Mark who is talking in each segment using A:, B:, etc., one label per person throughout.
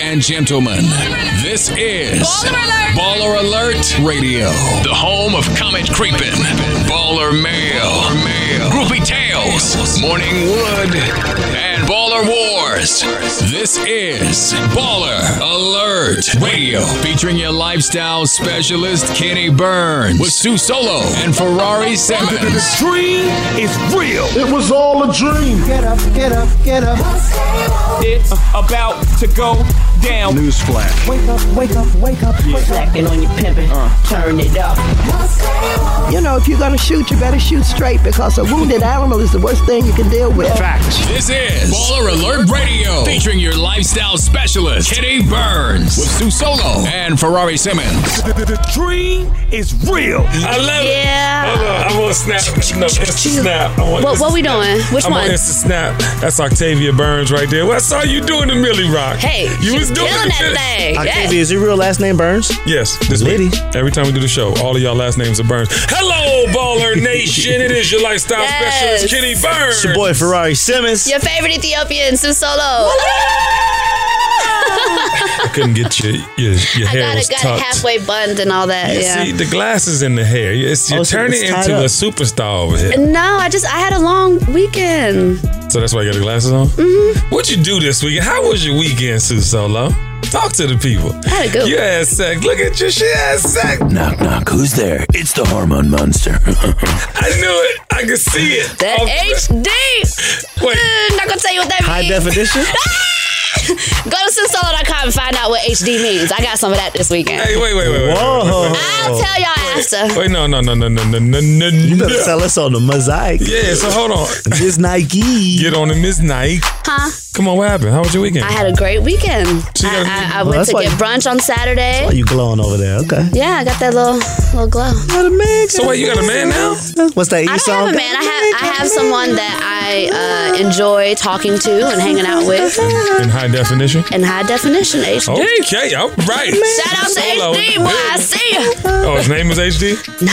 A: and gentlemen, this is Baller Alert, Radio, the home of Comet Creepin', Baller Mail, Groupie Tales, Morning Wood, and Baller Wars. This is Baller Alert Radio, featuring your lifestyle specialist Kenny Burns with Sue Solo and Ferrari Simmons.
B: dream is real.
C: It was all a dream.
D: Get up, get up, get up.
B: It's about to go down. Newsflash.
D: Wake up, wake up, wake up.
E: slacking on your pimping.
F: Uh.
E: Turn it up.
G: You know, if you're gonna shoot, you better shoot straight because a wounded animal is the worst thing you can deal with.
B: Facts.
A: This is Baller Alert Radio, featuring your lifestyle specialist, Kenny Burns, with Sue Solo and Ferrari Simmons.
B: The, dream is real.
H: I love it.
F: Yeah.
H: Hold on, I want snap. No, Insta snap. I want
F: What-
H: Insta
F: what we
H: snap.
F: doing? Which
H: I'm
F: one?
H: On Insta snap. That's Octavia Burns right there. Well, I saw you doing the Millie Rock.
F: Hey,
H: you was doing
F: killing
H: it.
F: that thing.
I: Octavia, is your real last name Burns?
H: Yes, this
I: Liddy.
H: week. Every time we do the show, all of y'all last names are Burns. Hello, Baller Nation. It is your lifestyle
F: Yes.
H: specialist, Kenny Burns.
I: It's your boy Ferrari Simmons.
F: Your favorite Ethiopian, Sue Solo.
H: I couldn't get your your, your
F: I
H: hair
F: got
H: was
F: it, got
H: tucked.
F: it halfway bunned and all that.
H: You
F: yeah.
H: See the glasses in the hair. It's, you're
I: Oh, so
H: turning
I: it's tied
H: into
I: up.
H: a superstar over here.
F: No, I just I had a long weekend.
H: So that's why you got the glasses on.
F: Mm-hmm.
H: What'd you do this weekend? How was your weekend, Sue Solo? Talk to the people.
F: had a good
H: You
F: one.
H: had sex. Look at you. She had sex.
J: Knock, knock. Who's there? It's the hormone monster.
H: I knew it. I could see it.
F: The
H: Oh,
F: HD.
H: Wait.
F: Mm, not gonna tell you what that
I: High
F: means.
I: definition?
F: Go to SueSolo.com and find out what HD means. I got some of that this weekend.
H: Hey, wait, wait, wait. wait.
I: Whoa.
F: I'll tell y'all after.
H: Wait, no, no, no, no, no, no, no, no.
I: You better
H: no.
I: sell us on the mosaic.
H: Yeah, so hold on.
I: This Nike.
H: Get on to Miss Nike.
F: Huh?
H: Come on, what happened? How was your weekend?
F: I had a great weekend.
H: She
F: I,
H: got-
F: I- I
I: Well,
F: went
I: that's
F: to
I: why
F: get
I: you-
F: brlanche on Saturday.
I: Why you glowing over there? Okay.
F: Yeah, I got that little little glow.
I: Got a man.
H: so wait, you got a man now?
I: What's that E
F: I don't
I: song?
F: have a man. I have I have someone that I uh, enjoy talking to and hanging out with
H: In high definition.
F: in high definition HD.
H: Okay, all right.
F: Shout out to
H: Solo.
F: HD where I see ya.
H: Oh, his name was HD?
F: Nah.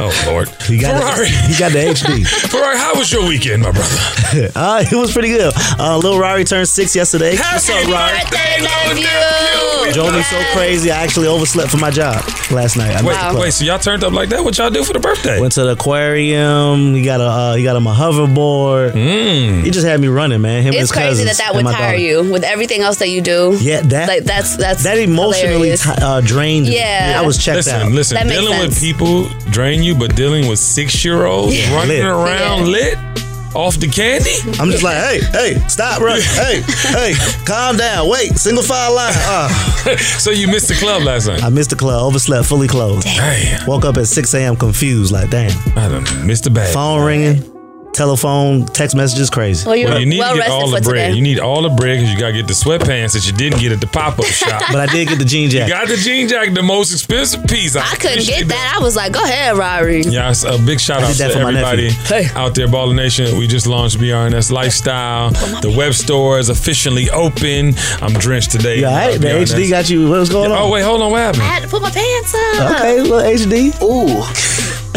H: Oh, Lord.
I: He got,
H: Ferrari.
I: the, he got the HD.
H: Ferrari, how was your weekend, my brother?
I: Uh, it was pretty good. Uh, Lil Rari turned six yesterday.
H: Happy
F: birthday, love you.
I: Drove me so crazy, I actually overslept for my job last night. I missed
H: Wait,
I: the club.
H: wait, so y'all turned up like that? What y'all do for the birthday?
I: Went to the aquarium. He got a uh, he got him a hoverboard.
H: Mm.
I: He just had me running, man. Him and his
F: It's crazy that
I: cousins
F: that
I: and
F: would
I: my
F: tire
I: daughter.
F: you with everything else that you do.
I: Yeah, that
F: Like that's that's
I: that emotionally
F: hilarious.
I: ti uh, drained. me.
F: Yeah.
I: I was checked
H: Listen,
I: out.
H: listen.
F: That makes
H: dealing
F: sense.
H: with people drain you, but dealing with six year olds
I: Yeah.
H: running
I: Lit.
H: around
F: Yeah.
H: lit off the candy.
I: I'm just like, hey, hey, stop running. hey, hey, calm down. Wait, single file line. Uh,
H: so you missed the club last night.
I: I missed the club. Overslept, fully closed.
H: Damn,
I: Woke up at 6 a.m. confused. Like, damn.
H: I done missed the bag.
I: Phone ringing, telephone, text messages, crazy.
F: well, you're
H: Well, you need
F: well
H: to get
F: rested
H: all
F: for
H: the bread.
F: today.
H: You need all the bread because you gotta get the sweatpants that you didn't get at the pop up shop.
I: But I did get the jean jacket.
H: Got the jean jacket, the most expensive piece.
F: I couldn't
H: appreciate
F: get that. I was like, go ahead, Rory.
H: Yeah, it's a big
I: I
H: shout out
I: did that
H: to
I: for my
H: everybody
I: nephew. Hey.
H: out there, Baller Nation. We just launched BRNS Lifestyle. The web store is officially open. I'm drenched today.
I: Yeah, all right, the
H: BRNS.
I: HD got you. What's going
H: Oh
I: on?
H: wait, hold on. What
F: I
H: happened?
F: had to put my pants up.
I: Okay, little HD.
J: Ooh,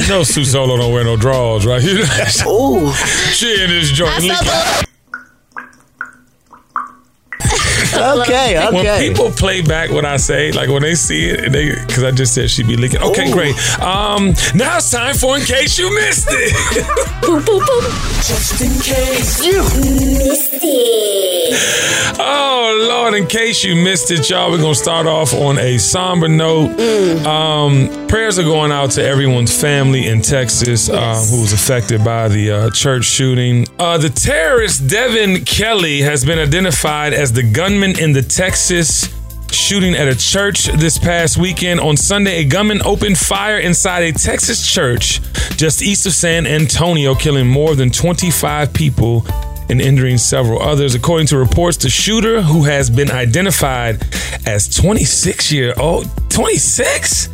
H: You know, Sue Solo don't wear no drawers, right? You know,
J: ooh.
H: she in this joint.
F: I felt the-
I: Okay,
H: when
I: okay.
H: people play back what I say, like when they see it, and they because I just said she be licking. Okay, great. Um, now it's time for in case you missed it.
F: boop, boop, boop.
H: Oh Lord! In case you missed it, y'all, we're gonna start off on a somber note.
I: Mm.
H: Um, prayers are going out to everyone's family in Texas uh, who was affected by the uh, church shooting. Uh, the terrorist Devin Kelly has been identified as the gunman in the Texas shooting at a church this past weekend. On Sunday, a gunman opened fire inside a Texas church just east of San Antonio, killing more than 25 people and injuring several others. According to reports, the shooter, who has been identified as 26 year old, 26?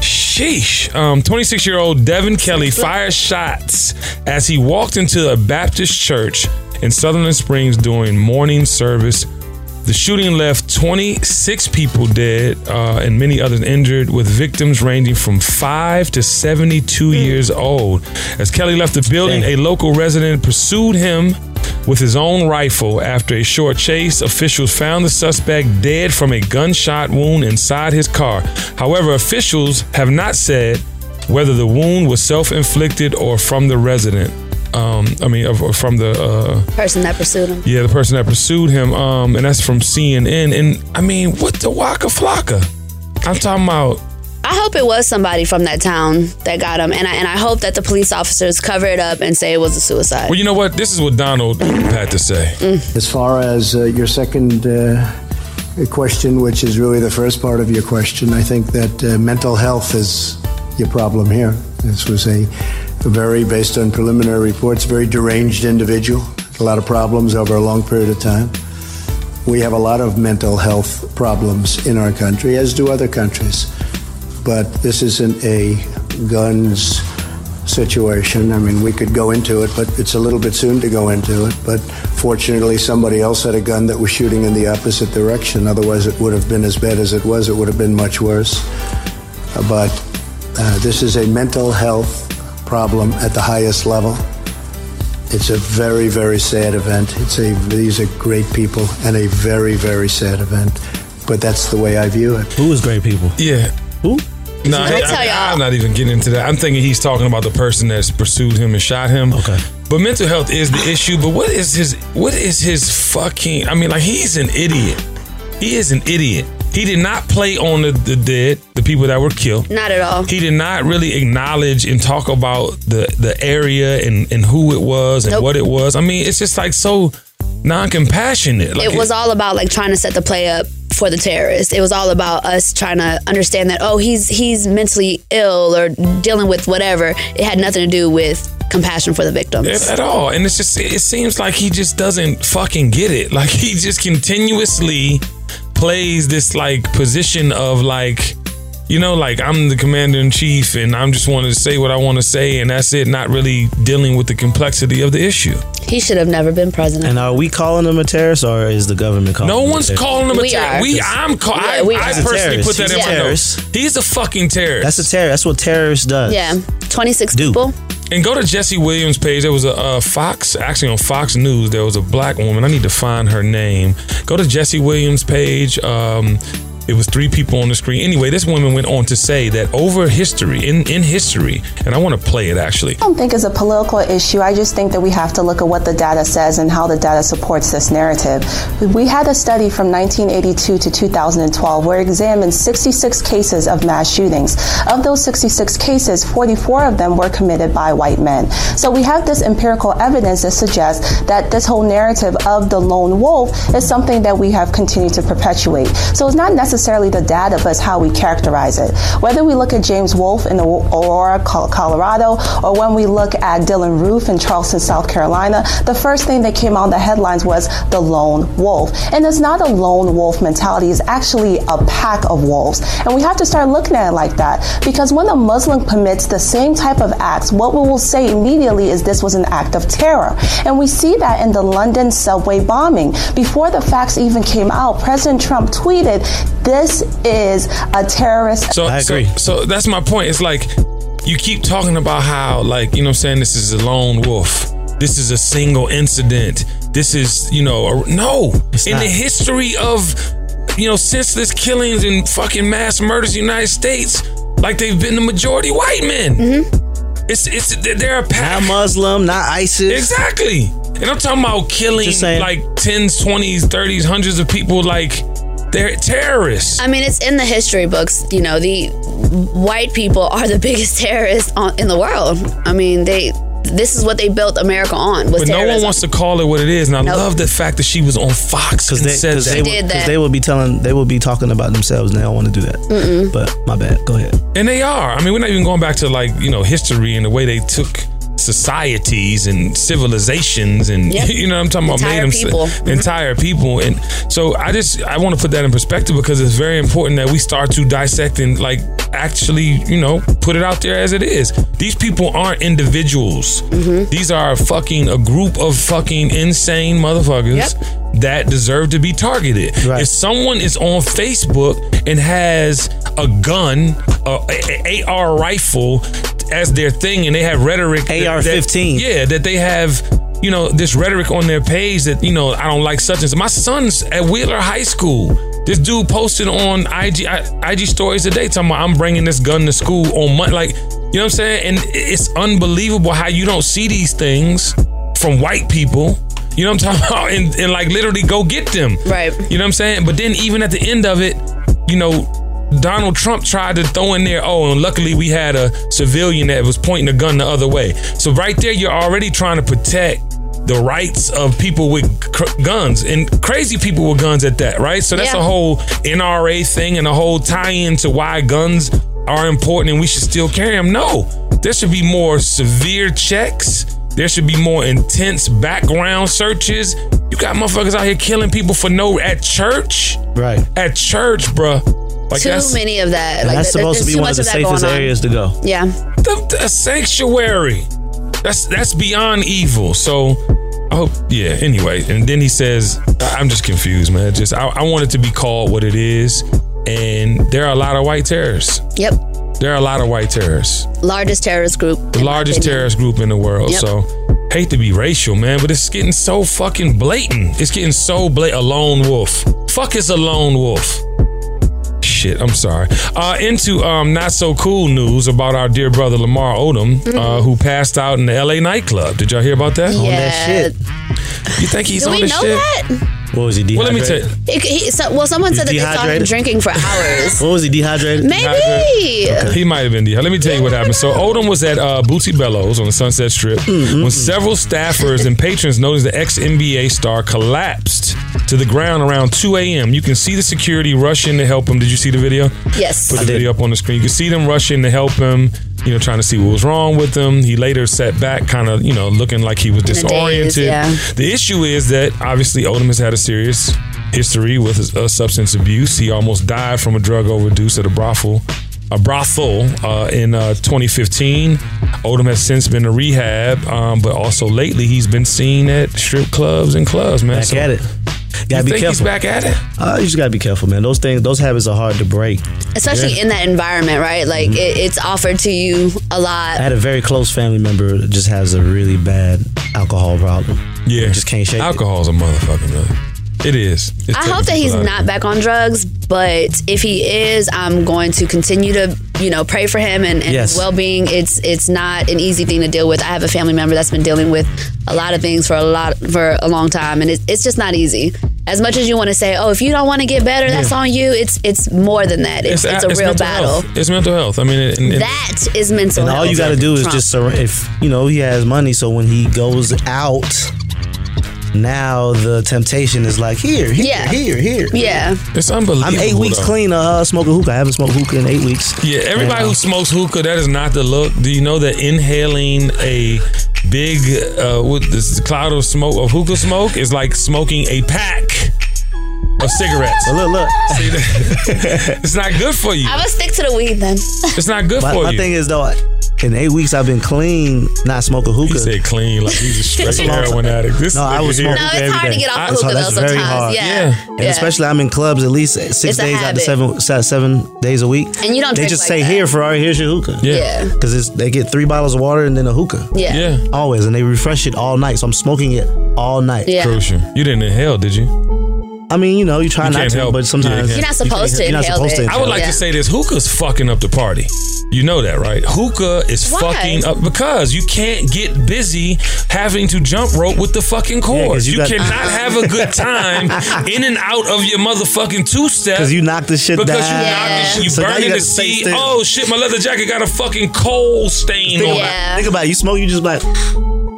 H: Sheesh. Um, 26 year old Devin Kelly fired shots as he walked into a Baptist church in Sutherland Springs during morning service. The shooting left 26 people dead uh, and many others injured, with victims ranging from 5 to 72 years old. As Kelly left the building, a local resident pursued him with his own rifle. After a short chase, officials found the suspect dead from a gunshot wound inside his car. However, officials have not said whether the wound was self inflicted or from the resident. Um, I mean, of- or from the. Uh,
F: person that pursued him.
H: yeah, the person that pursued him, um, and that's from CNN. And I mean, what the waka flocka? I'm talking about.
F: I hope it was somebody from that town that got him, and I and I hope that the police officers cover it up and say it was a suicide.
H: Well, you know what? This is what Donald had to say.
C: As far as uh, your second uh, question, which is really the first part of your question, I think that uh, mental health is your problem here. This was a, a very, based on preliminary reports, very deranged individual, a lot of problems over a long period of time. We have a lot of mental health problems in our country, as do other countries. But this isn't a guns situation. I mean, we could go into it, but it's a little bit soon to go into it. But fortunately, somebody else had a gun that was shooting in the opposite direction. Otherwise, it would have been as bad as it was. It would have been much worse. Uh, But uh, this is a mental health problem at the highest level. It's a very, very sad event. It's a these are great people and a very, very sad event. But that's the way I view it.
I: Who is great people?
H: Yeah.
I: Who?
H: No,
F: Can I
H: I,
F: tell y'all-
H: am not even getting into that. I'm thinking he's talking about the person that's pursued him and shot him.
I: Okay.
H: But mental health is the issue. But what is his? What is his fucking? I mean, like he's an idiot. He is an idiot. He did not play on the, the dead, the people that were killed.
F: Not at all.
H: He did not really acknowledge and talk about the the area and and who it was and
F: Nope.
H: what it was. I mean, it's just like so non-compassionate. Like
F: it was all about like trying to set the play up for the terrorist. It was all about us trying to understand that oh he's he's mentally ill or dealing with whatever. It had nothing to do with compassion for the victims.
H: at, at all. And it's just it it seems like he just doesn't fucking get it. Like he just continuously plays this like position of like you know like I'm the commander in chief and I'm just wanting to say what I want to say and that's it not really dealing with the complexity of the issue.
F: He should have never been president.
I: And are we calling him a terrorist or is the government calling
H: No
I: him
H: one's
I: a terrorist?
H: calling him a
F: We
H: terrorist.
F: are.
H: We I'm call-
F: Yeah,
H: I,
F: we
H: I
F: are.
I: He's a
H: personally
I: terrorist.
H: put that
I: He's
H: in
I: a
H: my notes.
I: terrorist.
H: He's a fucking terrorist.
I: That's a terrorist. That's what terrorist does.
F: Yeah, twenty six
I: Dude.
F: people.
H: And go to Jesse Williams' page. There was a uh, Fox, actually on Fox News, there was a black woman. I need to find her name. Go to Jesse Williams' page. Um, it was three people on the screen. Anyway, this woman went on to say that over history, in, in history, and I want to play it actually.
K: don't think it's a political issue. I just think that we have to look at what the data says and how the data supports this narrative. We had a study from 1982 to 2012 where it examined 66 cases of mass shootings. Of those 66 cases, 44 of them were committed by white men. So we have this empirical evidence that suggests that this whole narrative of the lone wolf is something that we have continued to perpetuate. So it's not necessarily the data, but it's how we characterize it. Whether we look at James Wolfe in Aurora, Col- Colorado, or when we look at Dylan Roof in Charleston, South Carolina, the first thing that came out in the headlines was the lone wolf. And it's not a lone wolf mentality, it's actually a pack of wolves. And we have to start looking at it like that because when a Muslim commits the same type of acts, what we will say immediately is this was an act of terror. And we see that in the London subway bombing. Before the facts even came out, President Trump tweeted, This is a terrorist
H: So
I: I
H: so-
I: agree.
H: So, that's my point. It's like you keep talking about how, like, you know what I'm saying, this is a lone wolf. This is a single incident. This is, you know, a, no. In
I: not.
H: the history of, you know, senseless killings and fucking mass murders in the United States, like they've been the majority white men. It's it's they're a pack.
I: Mm-hmm. Not Muslim, not ISIS.
H: Exactly. And I'm talking about killing
I: Just saying.
H: like 10s, 20s, 30s, hundreds of people like they're terrorists.
F: I mean, it's in the history books. You know, the white people are the biggest terrorists on, in the world. I mean, they. This is what they built America on. Was
H: But
F: terrorism.
H: no one wants to call it what it is, and I
F: Nope.
H: love the fact that she was on Fox and
I: Because they,
H: said
I: cause they,
H: that.
I: would-
F: Did that.
I: 'cause they will be telling, they will be talking about themselves, and they don't want to do that. But my bad. Go ahead.
H: and they are. I mean, we're not even going back to like you know history and the way they took societies and civilizations and
F: Yep.
H: you know what I'm talking about
F: Entire
H: made them s-
F: people.
H: entire people. And so I just I want to put that in perspective because it's very important that we start to dissect and like actually you know put it out there as it is. These people aren't individuals. These are fucking a group of fucking insane motherfuckers. That deserve to be targeted.
I: Right.
H: If someone is on Facebook and has a gun, a, a- AR rifle as their thing, and they have rhetoric that- that-
I: AR-15.
H: yeah, that they have you know, this rhetoric on their page that, you know, I don't like such and such. My son's at Wheeler High School. This dude posted on IG I, IG stories today talking about I'm bringing this gun to school on Monday. Like, you know what I'm saying? And it's unbelievable how you don't see these things from white people. You know what I'm talking about? And, and like literally go get them. Right. You know what I'm saying? But then even at the end of it, you know, Donald Trump tried to throw in there, oh, and luckily we had a civilian that was pointing a gun the other way. So right there, you're already trying to protect the rights of people with cr- guns and crazy people with guns at that, right? So that's
A: Yeah.
H: a whole NRA thing and a whole tie-in to why guns are important and we should still carry them. No, there should be more severe checks. There should be more intense background searches. You got motherfuckers out here killing people for no at church,
I: right?
H: At church, bruh. Like
F: too
H: that's-
F: many of that. Like,
I: that's
F: there-
I: supposed to
F: there's
I: be
F: too
I: one
F: much
I: of the
F: that going
I: safest
F: on.
I: areas to go.
F: Yeah.
H: the, the sanctuary. That's that's beyond evil. So I hope yeah, anyway. And then he says, I- I'm just confused, man. Just I, I want it to be called what it is. And there are a lot of white terrorists.
F: Yep.
H: There are a lot of white terrorists.
F: Largest terrorist group.
H: The largest terrorist group in the world.
F: Yep.
H: So hate to be racial, man, but it's getting so fucking blatant. It's getting so blatant. A lone wolf. Fuck is a lone wolf. Shit, I'm sorry. Uh, into um, not so cool news about our dear brother Lamar Odom,
F: Mm-hmm.
H: uh, who passed out in the LA nightclub. Did y'all hear about that?
F: On that shit.
H: You think he's
F: Do
H: on
F: we
H: this
F: know
H: shit?
F: that?
I: What was he dehydrated?
H: Well, let me tell you.
F: It, he, so, well, someone said that
H: He's
F: they saw him
H: dehydrated?
F: drinking for hours.
I: What was he dehydrated?
F: Maybe.
H: He might have been dehydrated. Let me tell you what happened. So Odom was at uh, Bootsy Bellows on the Sunset Strip
I: Mm-hmm.
H: when several staffers and patrons noticed the ex NBA star collapsed to the ground around 2 a.m. You can see the security rush in to help him. Did you see the video?
F: Yes. I
H: Put the
F: did.
H: video up on the screen. You can see them rushing to help him. You know, trying to see what was wrong with him. He later sat back, kind of, you know, looking like he was
A: a daze,
H: disoriented.
A: yeah.
H: The issue is that obviously Odom has had a serious history with his, uh, substance abuse. He almost died from a drug overdose at a brothel, a brothel uh, in uh, 2015. Odom has since been to rehab, um, but also lately he's been seen at strip clubs and clubs. Man,
I: Back at it. Gotta
H: you
I: be
H: think
I: careful.
H: he's back at it?
I: Uh, you just gotta be careful, man. Those things, those habits are hard to break.
F: Especially in that environment, right? Like,
I: Mm-hmm.
F: it, it's offered to you a
I: I
F: lot.
I: had a very close family member that just has a really bad alcohol problem.
H: Yeah,
I: just can't shake.
H: Alcohol's a motherfucking man. It is. It's
F: I
H: taking
F: hope that he's
H: people out.
F: not back on drugs, but if he is, I'm going to continue to, you know, pray for him and, and
H: Yes.
F: his well-being. It's it's not an easy thing to deal with. I have a family member that's been dealing with a lot of things for a lot for a long time, and it's it's just not easy. As much as you want to say, oh, if you don't want to get better, that's
H: Yeah.
F: on you. It's it's more than that. It's, it's, a real
H: mental
F: battle.
H: health. It's mental health. I mean, it, and- and-
F: That is mental.
I: And all
F: health.
I: you gotta do is
F: Trump.
I: just surrender. If you know he has money, so when he goes out, now the temptation is like here, here,
F: yeah,
I: here, here.
F: yeah.
H: It's unbelievable.
I: I'm eight weeks
H: though.
I: clean. of, Uh, smoking hookah. I haven't smoked hookah in eight weeks.
H: Yeah, everybody
I: And, uh,
H: who smokes hookah, that is not the look. Do you know that inhaling a big uh, with this cloud of smoke of hookah smoke is like smoking a pack of cigarettes?
I: look, look.
H: See that? it's not good for you.
F: I would stick to the weed then.
H: It's not good
I: my,
H: for
I: my
H: you.
I: thing is though, in eight weeks I've been clean, not smoking hookah. You
H: said clean like he's a
I: That's
H: straight
I: a long
H: heroin
I: time.
H: addict. This
I: no, I
H: nigga
I: was
H: here-
I: smoking
F: No, it's
I: every
F: hard to
I: day.
F: get off
I: I-
F: hookah,
I: that's
F: though,
I: very
F: sometimes.
I: hard.
F: Yeah. Yeah.
I: and
F: Yeah.
I: especially I'm in clubs at least six
F: It's a
I: days out
F: habit.
I: of seven, se- seven days a week.
F: And you don't
I: They
F: drink
I: just
F: like
I: say
F: that.
I: here, Ferrari, here's your hookah.
F: Yeah. Yeah.
I: because it's they get three bottles of water and then a hookah.
F: Yeah. Yeah.
I: always, and they refresh it all night. So I'm smoking it all night.
F: Yeah.
H: Crucial. You didn't inhale, did you?
I: I mean, you know, you try
H: You
I: not
H: can't
I: to,
H: help.
I: but sometimes
H: Yeah, you can't. You're not
F: supposed to
I: You're not
F: inhale
I: supposed to.
F: it.
I: inhale.
H: I would like
F: Yeah.
H: to say this: hookah's fucking up the party. You know that, right? Hookah is
F: Why?
H: fucking up because you can't get busy having to jump rope with the fucking cords.
I: 'cause you
H: you
I: got-
H: cannot have a good time in and out of your motherfucking two step
I: Because you knock the shit
H: because you
I: down.
H: knocked the shit. You
I: So now
H: burning
I: gotta
H: the
I: stay
H: seed.
I: still.
H: Oh shit! My leather jacket got a fucking coal stain
I: Think
H: on
I: about,
H: it.
I: it. think about it. You smoke, you just like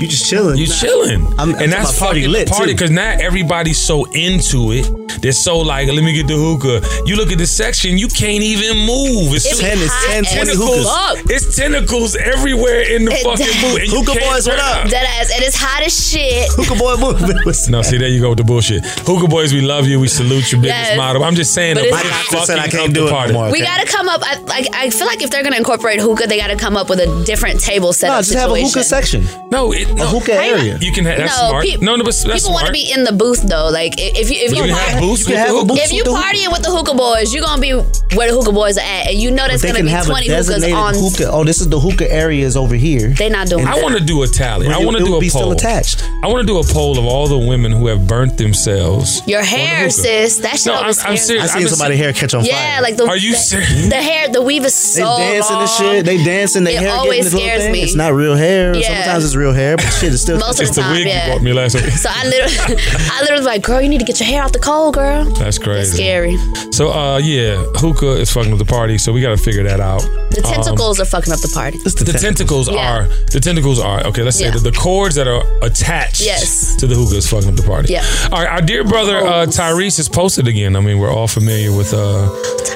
I: you just chilling.
H: You chilling,
I: I'm,
H: and that's
I: party
H: fucking
I: lit
H: party
I: too.
H: because now everybody's so into it. They're so like, let me get the hookah. You look at the section, you can't even move.
I: It be Ten- it's hot 10, as 20
H: tentacles.
F: fuck.
H: It's tentacles everywhere in the
F: It
H: fucking
F: does.
H: booth. and you
I: Hookah
H: can't
I: boys, what
H: turn
I: up?
F: Dead ass, and it's hot as shit.
I: Hookah boy movement.
H: No, see, there you go with the bullshit. Hookah boys, we love you. We salute your business
F: Yes.
H: model. I'm just saying,
F: But
H: the
F: it's
H: way
F: hot.
H: fucking
I: Listen, I can't
H: up
I: do
H: the
I: it no
H: party.
I: more.
F: We gotta come up. I, like I feel like if they're gonna incorporate hookah, they gotta come up with a different table setup.
I: No, just have a
F: situation.
I: hookah section.
H: No, it, no.
I: A hookah area.
H: You can have that's
F: no,
H: smart.
F: peop-
H: no, no, but that's
F: people
H: smart.
F: want to be in the booth though. Like i- if you if
H: But
F: you
H: you have
F: want,
H: booths. with the hookah.
F: if you partying with the hookah boys, you're gonna be where the hookah boys are at, and you know
I: But
F: that's
I: they
F: gonna
I: can
F: be
I: have a
F: twenty hookahs
I: designated
F: on.
I: hookah. Oh, this is the hookah areas over here.
F: They not doing.
H: I
F: that.
H: want to do a tally.
I: But
H: I
I: it-
H: want
I: it
H: to do
I: would
H: a
I: be still
H: poll.
I: attached.
H: I want to do a poll of all the women who have burnt themselves.
F: Your hair,
H: hookah.
F: sis. That shit.
H: No, I'm- I'm serious. I seen somebody hair catch on
F: yeah, Yeah,
H: fire.
F: like the.
H: Are you
F: the,
H: serious?
F: The hair, the weave is so
I: They dancing and
F: long.
I: shit. They dancing. They
F: It
I: hair getting
F: always
I: this little
F: scares
I: thing.
F: me.
I: It's not real hair.
F: Yeah.
I: Sometimes it's real hair, but shit, it's still.
F: Most of It's the the time, wig you yeah. bought
H: me last week.
F: So I literally, I literally was like, girl, you need to get your hair out the cold, girl.
H: That's crazy.
F: Scary.
H: So uh yeah, hookah is fucking with the party, so we gotta figure that out.
F: The
H: Um,
F: tentacles are fucking up the party.
H: the, tentacles, are the tentacles are okay. Let's say
F: Yeah.
H: that the cords that are attached
F: Yes.
H: to the hookah is fucking up the party.
F: Yeah.
H: All right, our dear brother uh, Tyrese has posted again. I mean, we're all familiar with uh,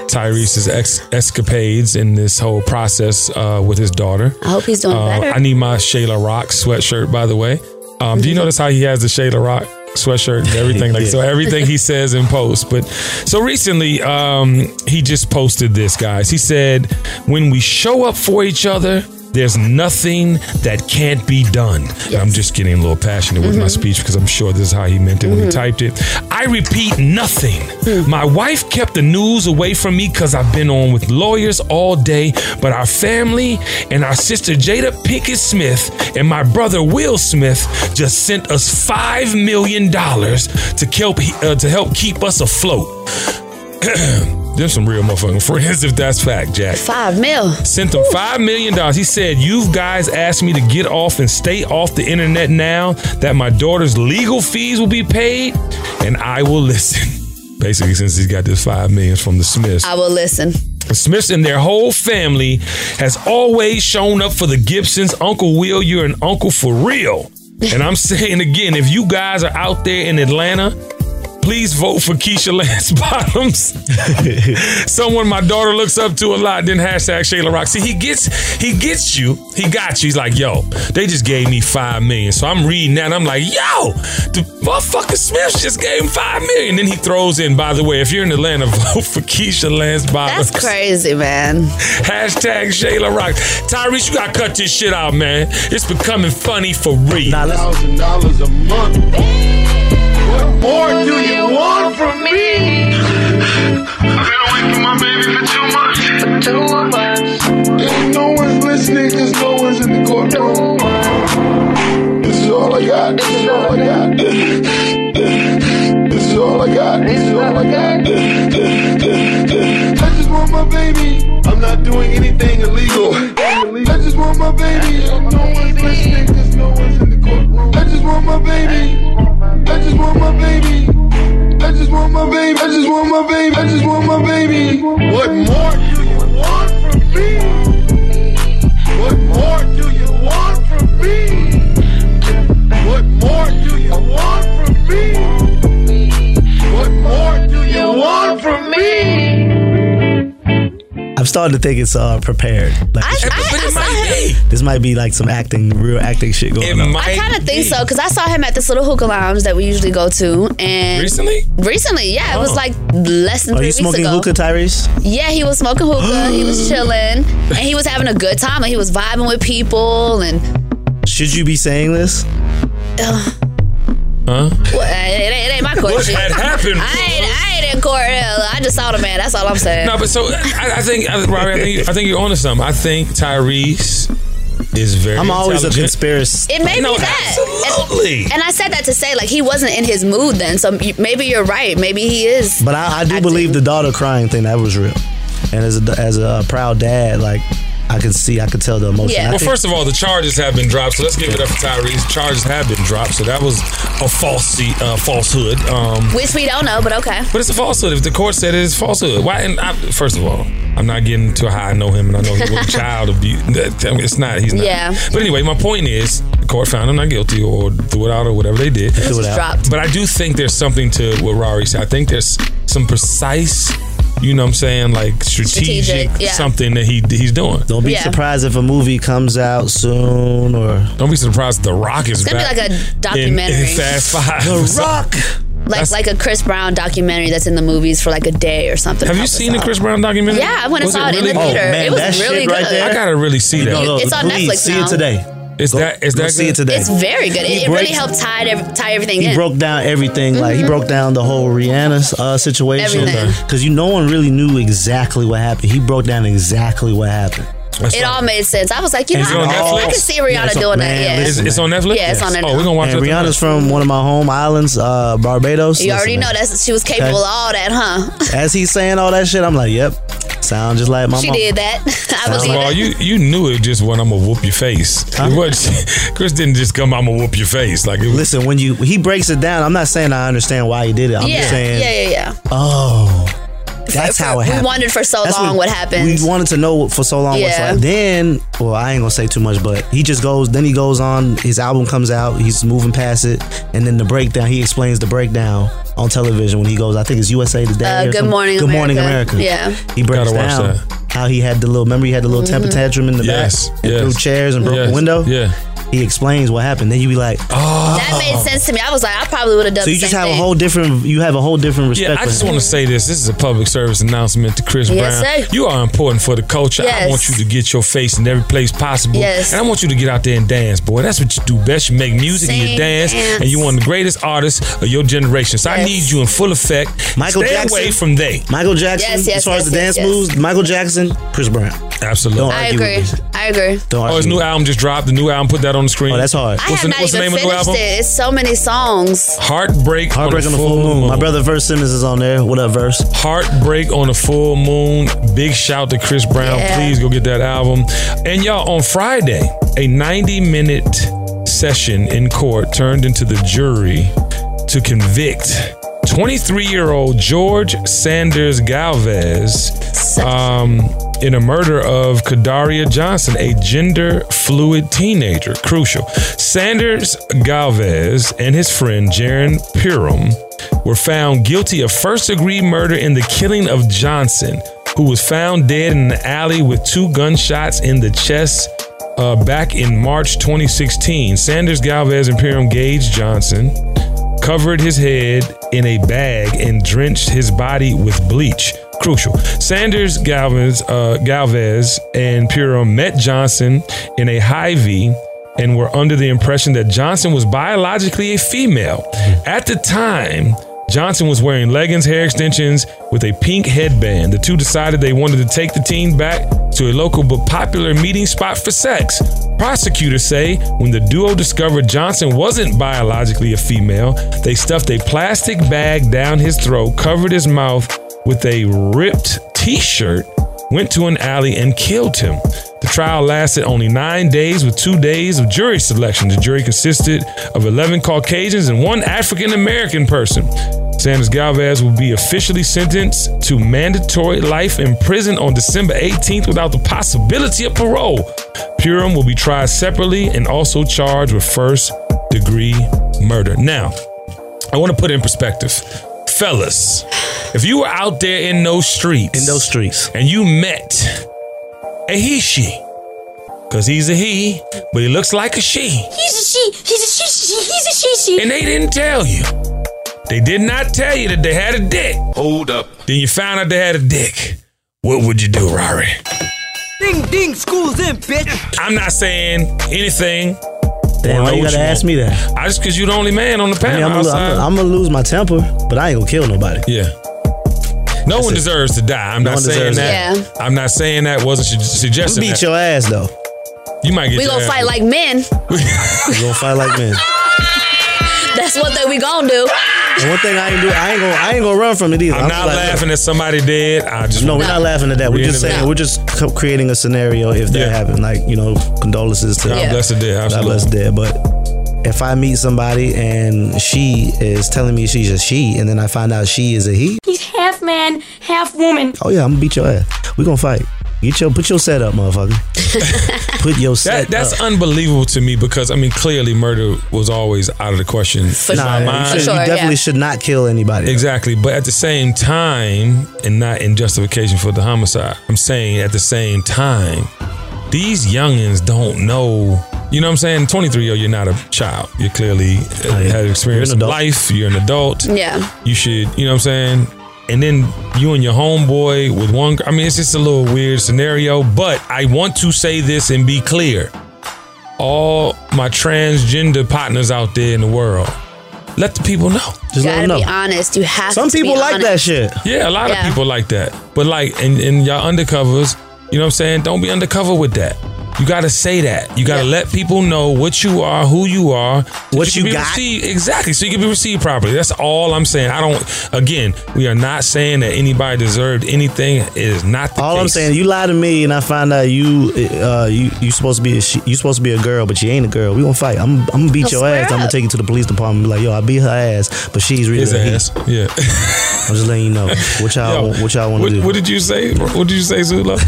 H: Tyrese's ex- escapades in this whole process uh, with his daughter.
F: I hope he's doing
H: Uh,
F: better.
H: I need my Shayla Rock sweatshirt, by the way. Um, Do you notice how he has the Shayla Rock sweatshirt and everything? Like so,
B: Yeah.
H: everything he says in post. But so recently, um, he just posted this, guys. He said, "When we show up for each other." There's nothing that can't be done. And I'm just getting a little passionate with my speech because I'm sure this is how he meant it when he typed it. I repeat nothing. My wife kept the news away from me because I've been on with lawyers all day, but our family and our sister Jada Pinkett Smith and my brother Will Smith just sent us five million dollars to help uh, to help keep us afloat. There's some real motherfucking friends if that's fact, Jack.
F: Five mil.
H: Sent him five million dollars. He said, "You guys asked me to get off and stay off the internet now that my daughter's legal fees will be paid, and I will listen." Basically, since he's got this five million from the Smiths,
F: I will listen.
H: Smiths and their whole family has always shown up for the Gibsons. Uncle Will, you're an uncle for real. And I'm saying again, if you guys are out there in Atlanta, please vote for Keisha Lance Bottoms. Someone my daughter looks up to a lot. Then hashtag Shayla Rock. See, he gets he gets you. He got you. He's like, yo, they just gave me five million. So I'm reading that. And I'm like, yo, the motherfucker Smith just gave him five million. Then he throws in, by the way, if you're in Atlanta, vote for Keisha Lance Bottoms.
F: That's crazy, man.
H: Hashtag Shayla Rock. Tyrese, you gotta cut this shit out, man. It's becoming funny for real.
L: thousand dollars a month. What more do you want from me? I've been away from my baby for two months. For two months. If no one's listening, cause no one's in the courtroom. This is all I got. This is all I got. This is all I got. This is all I got. I just want my baby. I'm not doing anything illegal. I just want my baby. No one's listening, cause no one's in the courtroom. I just want my baby. I just want my baby. I just want my baby. I just want my baby. I just want my baby. What more do you want from me? What more do you want from me? What more do you want from me? What more do you want from me?
I: I'm starting to think it's uh, prepared. Like,
F: I,
I: this might be like some acting, real acting shit going on.
F: I kind of think so because I saw him at this little hookah lounge that we usually go to, and
I: Recently?
F: recently, yeah, it was
I: Oh.
F: like less than
I: Are
F: three
I: you
F: weeks
I: smoking
F: ago.
I: hookah, Tyrese?
F: Yeah, he was smoking hookah, he was chilling, and he was having a good time. Like he was vibing with people, and
I: Should you be saying this?
F: Ugh.
H: Huh?
F: well, it, ain't, it ain't my court.
H: What
F: shit.
H: had happened?
F: I ain't, I ain't in court. Hell, I just saw the man. That's all I'm saying.
H: No, but so I, I think I, Robbie, I think I think you're onto something. I think Tyrese is very.
I: I'm always a
H: intelligent.
I: conspiracy.
F: It may
H: No,
F: be that.
H: absolutely.
F: And, and I said that to say, like, he wasn't in his mood then. So you- maybe you're right. Maybe he is.
I: But I, I do believe the daughter crying thing that was real. And as a, as a proud dad, like I could see, I could tell the emotion. I
H: Well,
I: think-
H: first of all, the charges have been dropped, so let's give it up for Tyrese. Charges have been dropped, so that was a falsy, uh, falsehood. Um,
F: Which we don't know, but okay.
H: But it's a falsehood. If the court said it is falsehood, why? And I, first of all, I'm not getting to how I know him, and I know he was child abuse. That- I mean, It's not. He's not.
F: Yeah.
H: But anyway, my point is, the court found him not guilty, or threw it out, or whatever they did.
F: Threw it out. Dropped.
H: But I do think there's something to what Rari said. I think there's some precise. You know what I'm saying? Like strategic,
F: Strategic, yeah.
H: something that he he's doing.
I: Don't be
F: Yeah.
I: surprised if a movie comes out soon, or
H: don't be surprised The Rock is
F: It's gonna be
H: back
F: like a
H: in-
F: documentary.
H: In, Fast Five.
I: The Rock.
F: Like like a Chris Brown documentary that's in the movies for like a day or something.
H: Have you seen the Chris Brown documentary?
F: Yeah, I went and
H: Was
I: Oh,
F: saw it, in the
H: really-
F: theater. it was really good.
H: I gotta really see that.
F: It's on Netflix now.
H: today. Is that is
I: go
H: that
I: see
H: good?
I: it today.
F: It's very good.
I: He
F: It, it
I: breaks-
F: really helped tie it ev- tie everything
I: He
F: in.
I: broke down everything. Like he
F: Mhm.
I: broke down the whole Rihanna uh, situation
F: Everything. Okay.
I: because you no one really knew exactly what happened. He broke down exactly what happened.
F: it all made sense. I was like, you know,
I: Is it on
F: I, I
I: Netflix?
F: can see Rihanna
I: Yeah, it's on-
F: doing
I: man,
F: that. Yeah,
I: listen, It's- it's on
H: Netflix?
F: Yeah, it's on
H: Yes.
F: Netflix.
H: Oh, we're gonna watch
I: and
H: it.
I: Rihanna's from one of my home islands, uh, Barbados.
F: You already
I: Listen,
F: know
I: man,
F: that she was capable of all that, huh?
I: As he's saying all that shit, I'm like, yep, sound just like my
F: she
I: mom.
F: did that. I
H: First
F: believe
H: of all,
F: it.
H: you, you knew it just when I'm gonna whoop your face. It wasn't- Chris didn't just come. I'm gonna whoop your face. Like it was,
I: Listen, when you he breaks it down, I'm not saying I understand why he did it. I'm
F: yeah,
I: just saying,
F: yeah, yeah, yeah.
I: oh, that's how it
F: We
I: happened.
F: wondered for so
I: That's
F: long what, happened.
I: We wanted to know for so long what's
F: Yeah.
I: like. Then, well, I ain't gonna say too much, but he just goes. Then he goes on. His album comes out. He's moving past it, and then the breakdown. He explains the breakdown on television when he goes. I think it's USA Today.
F: Uh,
I: or
F: Good
I: something.
F: Morning
I: Good Morning
F: America.
I: America.
F: Yeah.
I: he breaks
H: Gotta watch
I: down how he had the little. Remember, he had the little temper
F: Mhm.
I: tantrum in the
H: Yes,
I: back, and
H: yes.
I: threw chairs and broke
H: Yes,
I: the window.
H: Yeah,
I: he explains what happened. Then you be like, oh,
F: that made sense to me. I was like, I probably would have done.
I: So you
F: the
I: just
F: same
I: have a
F: thing.
I: whole different. You have a whole different respect.
H: yeah. I
I: for
H: just
I: him.
H: want to say this. This is a public service announcement to Chris
F: Yes,
H: Brown.
F: sir.
H: You are important for the culture. I
F: Yes.
H: want you to get your face in every place possible.
F: Yes.
H: and I want you to get out there and dance, boy. That's what you do best. You make music and you
F: Sing,
H: dance,
F: dance.
H: and you're one of the greatest artists of your generation. So I
F: Yes.
H: need you in full effect.
I: Michael
H: Stay
I: Jackson.
H: away from they.
I: Michael Jackson,
F: Yes, yes,
I: as far as
F: yes,
I: the
F: yes,
I: dance
F: yes.
I: moves, Michael Jackson, Chris Brown.
H: Absolutely.
I: Don't
F: I
I: argue with
F: agree.
I: me.
F: I agree.
I: Don't
H: Oh, his
I: argue.
H: new album just dropped. The new album, put that on the screen.
I: Oh, that's hard.
F: I have not even finished it. It's so many songs.
H: Heartbreak,
I: Heartbreak on the full moon. My brother Verse Simmons is on there. What up, Verse?
H: Heartbreak on a Full Moon. Big shout to Chris Brown.
F: Yeah.
H: Please go get that album. And y'all, on Friday, a 90 minute session in court turned into the jury to convict 23 year old George Sanders Galvez um, in a murder of Kadaria Johnson, a gender fluid teenager. Crucial. Sanders Galvez and his friend Jaron Purim were found guilty of first degree murder in the killing of Johnson, who was found dead in an alley with two gunshots in the chest. uh, back in March 2016, Sanders Galvez and Imperium Gage Johnson covered his head in a bag and drenched his body with bleach. Crucial. Sanders Galvez, uh, Galvez and Purim met Johnson in a high V and were under the impression that Johnson was biologically a female. At the time, Johnson was wearing leggings, hair extensions, with a pink headband. The two decided they wanted to take the teen back to a local but popular meeting spot for sex. Prosecutors say when the duo discovered Johnson wasn't biologically a female, they stuffed a plastic bag down his throat, covered his mouth with a ripped t shirt, went to an alley and killed him. The trial lasted only nine days with two days of jury selection. The jury consisted of 11 Caucasians and one African American person. Sanders Galvez will be officially sentenced to mandatory life in prison on December 18th without the possibility of parole. Purim will be tried separately and also charged with first degree murder. Now, I want to put it in perspective. Fellas, if you were out there in those streets, in those
I: streets,
H: and you met a he she, because he's a he, but he looks like a she,
M: He's a she. He's a she. she he's a she. she.
H: and they didn't tell you, they did not tell you that they had a dick. Hold up. Then you found out they had a dick. What would you do, Rory?
N: Ding ding, school's in, bitch.
H: I'm not saying anything.
I: Damn,
H: or
I: why
H: know
I: you
H: what
I: gotta ask
H: want.
I: me that?
H: I just because you the only man on the
I: I
H: panel
I: am gonna,
H: outside.
I: I'm gonna lose my temper, but I ain't gonna kill nobody.
H: Yeah. No one deserves to die. I'm
I: No
H: not
I: one
H: saying
I: deserves
H: that.
F: to die.
H: I'm not saying that. Wasn't su- suggesting
I: beat
H: that.
I: your ass though.
H: You might get.
F: We
H: your
F: gonna
H: ass
F: fight
H: beat.
F: like men.
I: We gonna fight like men.
F: That's one thing we gonna do.
I: And one thing I ain't do, I ain't gonna, I ain't gonna run from it either.
H: I'm not
I: like,
H: laughing at somebody dead. I just.
I: No, we're not laughing at that. We're just saying we're just co- creating a scenario if that happened. Like you know, condolences to
H: God Yeah. bless the dead,
I: God
H: absolutely.
I: bless the dead. But if I meet somebody and she is telling me she's a she, and then I find out she is a he,
M: He's half man, half woman.
I: oh yeah, I'm gonna beat your ass. We gonna fight. Get your put your set up, motherfucker. put your set
H: That, that's
I: up.
H: unbelievable to me because I mean clearly murder was always out of the question in
I: Nah,
H: my
I: you
H: mind.
I: should- you definitely should not kill anybody.
H: Exactly, but at the same time, and not in justification for the homicide, I'm saying at the same time, these youngins don't know. You know what I'm saying? 23 year, you're not a child. You clearly uh, have experienced
I: adult.
H: life. You're an adult.
F: Yeah.
H: You should. You know what I'm saying? And then you and your homeboy with one. I mean, it's just a little weird scenario. But I want to say this and be clear. all my transgender partners out there in the world. Let the people know.
F: You gotta be honest. You have to be honest.
H: Yeah, a lot
F: Yeah.
H: of people like that. But like in, in y'all undercovers, you know what I'm saying? Don't be undercover with that. You gotta say that. You gotta let people know what you are, who you are, so
I: What
H: can
I: you
H: be
I: got.
H: Received, exactly. So you can be received properly. That's all I'm saying. I don't. Again, we are not saying that anybody deserved anything. It is not the
I: All I'm
H: case.
I: saying, you lie to me, and I find out you uh, you you supposed to be a she, you supposed to be a girl, but you ain't a girl. We gonna fight. I'm I'm gonna beat
H: Well,
I: your
H: square
I: ass. I'm gonna
H: up.
I: take you to the police department. and Be like, yo, I beat her ass, but she's really
H: His
I: a he."
H: ass. Yeah.
I: I'm just letting you know what y'all what y'all want
H: What,
I: to do.
H: what did you say? What did you say, Zula?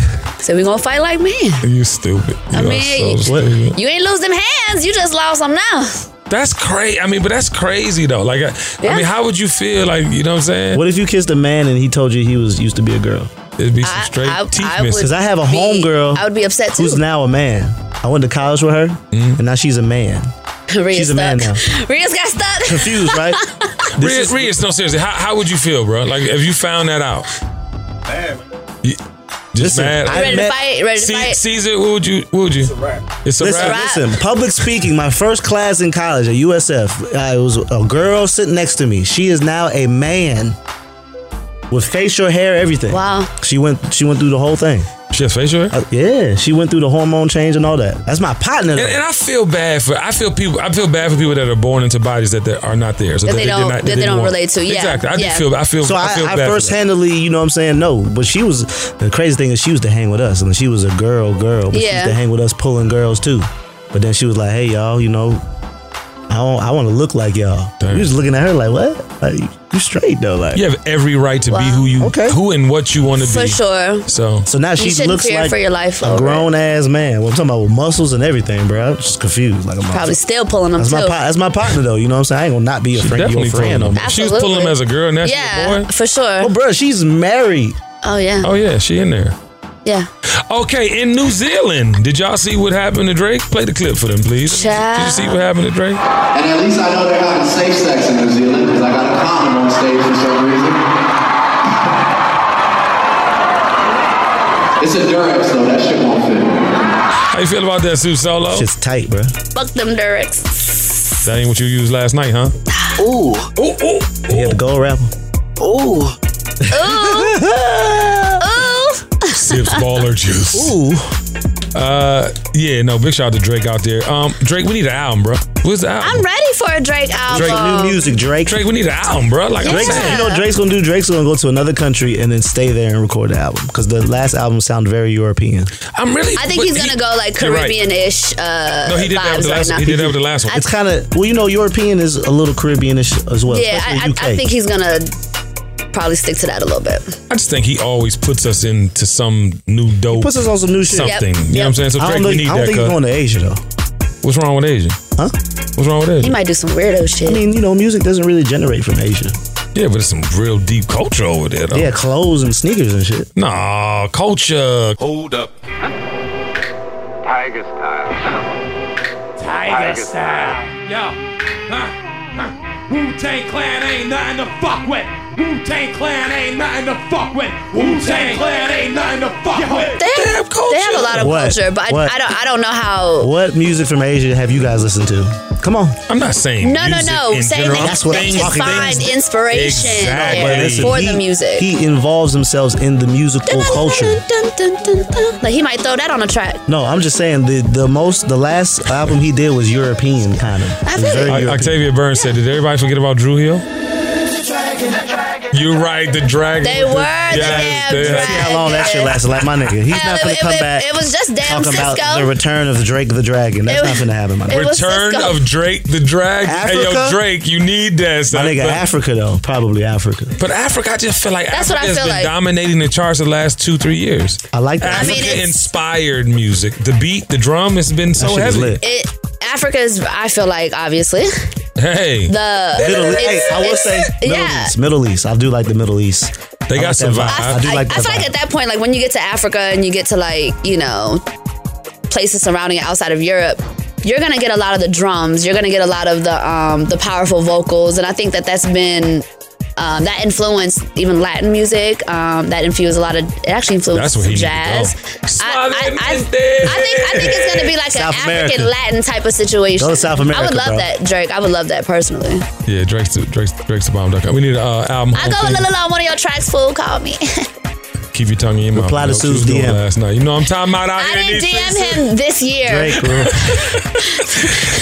F: So we gonna fight like men.
H: you stupid.
F: I
H: You are
F: mean,
H: so
F: you-
H: stupid.
F: you ain't lose them hands. You just lost them now.
H: That's crazy. I mean, but that's crazy though. Like, I, I mean, how would you feel? Like, you know what I'm saying?
I: What if you kissed a man and he told you he was used to be a girl?
H: It'd be some straight
F: teeth I missing. would
I: Because I, have a
F: be-
I: homegirl.
F: I would be upset too.
I: Who's now a man? I went to college with her,
H: Mm-hmm.
I: and now she's a man.
F: Rhea's
I: she's a man now.
F: Ria's got stuck.
I: Confused, right?
H: Rhea, Rhea, no, seriously, how, how would you feel, bro? Like, if you found that out? You- Just
I: Listen,
H: mad.
I: I Ready to met-
F: fight, ready to fight.
H: Caesar, what would you? What would you? It's a
I: rap.
H: It's a
I: listen,
H: wrap.
I: listen. Public speaking. My first class in college at USF. Uh, it was a girl sitting next to me. She is now a man with facial hair, everything.
F: Wow.
I: She went. She went through the whole thing. Uh,
H: She has facial hair.
I: yeah. She went through the hormone change and all that. That's my partner.
H: And, and I feel bad for I feel people I feel bad for people that are born into bodies that they are not theirs. or
F: That they
H: did
F: don't-
H: not-
F: that they
H: didn't
F: don't
H: want.
F: relate to, yeah,
H: Exactly. I do
F: yeah.
H: feel I feel
I: so
H: I
I: I,
H: feel
I: I,
H: bad. for
I: first
H: that.
I: handedly, you know what I'm saying? No, but she was the crazy thing is she used to hang with us, and she was a girl, girl, but she
F: Yeah.
I: used to hang with us pulling girls too. But then she was like, "Hey, y'all, you know, I don't, I want to look like y'all." We was looking at her like, "What? Like you straight though? Like
H: You have every right to be who you who and what you want to
F: For
H: be.
F: sure.
H: So
I: so now
F: You
I: she
F: shouldn't
I: looks
F: fear
I: like
F: for your life
I: a
F: over
I: grown ass man. Well, I'm talking about with muscles and everything, bro. I'm just confused. Like I'm
F: Probably still pulling them
I: that's my
F: too.
I: pa- that's my partner though. You know what I'm saying? I ain't gonna not be a friend. Your
H: definitely
I: friend.
H: pulling them. She was pulling them as a girl. Now she's a
F: yeah,
H: boy.
F: Uh, for sure.
I: Oh, bro, she's married.
F: Oh yeah.
H: Oh yeah, she in there.
F: Yeah.
H: Okay, in New Zealand, did y'all see what happened to Drake? Play the clip for them, please. Did you see what happened to Drake?
O: And at least I know they're having safe sex in New Zealand because I got a condom on stage for some reason. It's a Durex though, that shit won't fit.
H: How you feel about that, Sue Solo?
I: Shit's tight, bro.
F: Fuck them Durex.
H: That ain't what you used last night, huh?
I: Ooh.
H: Ooh, ooh.
I: You have the gold rapper. Ooh.
F: Ooh. Ooh.
H: Sips baller juice.
I: Ooh.
H: Uh, yeah, no, big shout out to Drake out there. Um, Drake, we need an album, bro. Where's the album?
F: I'm ready for a Drake album.
I: Drake, new music, Drake.
H: Drake, we need an album, bro. Like I'm
I: Drake's,
H: saying.
I: you know, what Drake's gonna do. Drake's gonna go to another country and then stay there and record the album because the last album sounded very European.
H: I'm really.
F: I think he's gonna go like
I: you're right.
F: Caribbean-ish. Uh,
H: Uh, No, he did that
F: vibes
H: with the
F: right
H: last.
F: now.
H: he did that with the last one.
I: It's kind of well, you know, European is a little Caribbeanish as well.
F: yeah,
I: especially
F: I,
I: UK.
F: I, I think he's gonna probably stick to that a little bit.
H: I just think he always puts us into some new dope.
I: puts us on some new shit.
H: Something.
I: Yep,
H: You know what I'm
I: yep.
H: saying? So
I: I don't
H: Drake, we
I: think-
H: need
I: I don't
H: that.
I: think he's
H: cuz.
I: going to Asia though.
H: What's wrong with Asia?
I: Huh?
H: What's wrong with
F: He
H: Asia?
F: might do some weirdo shit.
I: I mean, you know, music doesn't really generate from Asia.
H: Yeah, but it's some real deep culture over there. Though.
I: Yeah, clothes and sneakers and shit.
H: Nah, culture.
P: Hold up. Tiger style. Tiger style.
B: Yo, huh? huh. Wu Tang Clan ain't nothing to fuck with. Wu Tang Clan ain't nothing to fuck with. Wu Tang Clan ain't nothing to fuck with.
F: They have, they have a lot of
I: What?
F: culture, but I,
I: What?
F: I don't. I don't know how.
I: What music from Asia have you guys listened to? Come on.
H: I'm not saying
F: No, no, no. Saying they,
I: That's what
F: they
I: I'm
F: can
I: talking
F: find
I: about.
F: inspiration
I: Exactly.
F: there
I: Listen,
F: for the
I: he-
F: music.
I: He involves himself in the musical culture.
F: Dun, dun, dun, dun. Like he might throw that on a track.
I: No, I'm just saying the the most the last album he did was European kind of. It was very
H: O-
I: European.
H: Octavia Burns said, "Did everybody forget about Drew Hill?" You're right, the dragon.
F: They were the damn
H: they-
I: See how long that shit lasted? Like my nigga, he's
F: Hell,
I: not
F: it-
I: gonna
F: it-
I: come
F: it-
I: back.
F: it was just damn
I: talking about
F: Cisco.
I: the return of Drake the Dragon. That's
F: It
I: not
F: was-
I: gonna happen, my
F: it was
I: nigga.
H: Return
F: Cisco.
H: of Drake the Dragon. Hey, yo,
I: Africa?
H: Drake, you need that.
I: My
H: son.
I: nigga,
H: But-
I: Africa though, probably Africa.
H: But Africa, I just feel like
F: That's what I
H: Africa has
F: feel
H: been
F: like.
H: dominating the charts the last two, three years.
I: I like
F: that. I mean,
H: Africa
F: it's-
H: inspired music. The beat, the drum has been so
I: shit is
H: heavy.
I: lit.
F: It Africa's. I feel like obviously
H: Hey,
F: the
I: Middle East. Hey, I will
F: it's-
I: say Middle
F: yeah.
I: East. Middle East. I do like the Middle East.
H: They
I: I
H: got
I: like
H: some
I: that
H: vibe.
I: I do like
F: I
I: that
F: feel like
I: vibe.
F: at that point, like when you get to Africa and you get to like you know places surrounding it outside of Europe, you're gonna get a lot of the drums. You're gonna get a lot of the um the powerful vocals, and I think that that's been Um, that influenced even Latin music. Um, that infused a lot of. It actually influenced
H: That's where he need to
F: jazz. I, I, I, I think I think it's gonna be like
I: South
F: an African
I: America.
F: Latin type of situation.
H: Go to South
F: I would
H: America,
F: love
H: bro.
F: that, Drake. I would love that personally.
H: Yeah, Drake's the, Drake's, Drake's the bomb. We need an uh, album.
F: I go a little on one of your tracks, fool. Call me.
H: Keep your tongue in your mouth.
I: Reply to
H: you know, she
I: Sue's
H: was doing
I: DM.
H: last night. You know what I'm talking about out
F: I
H: here
F: didn't
H: in these streets?
F: DM him this year.
H: Drake,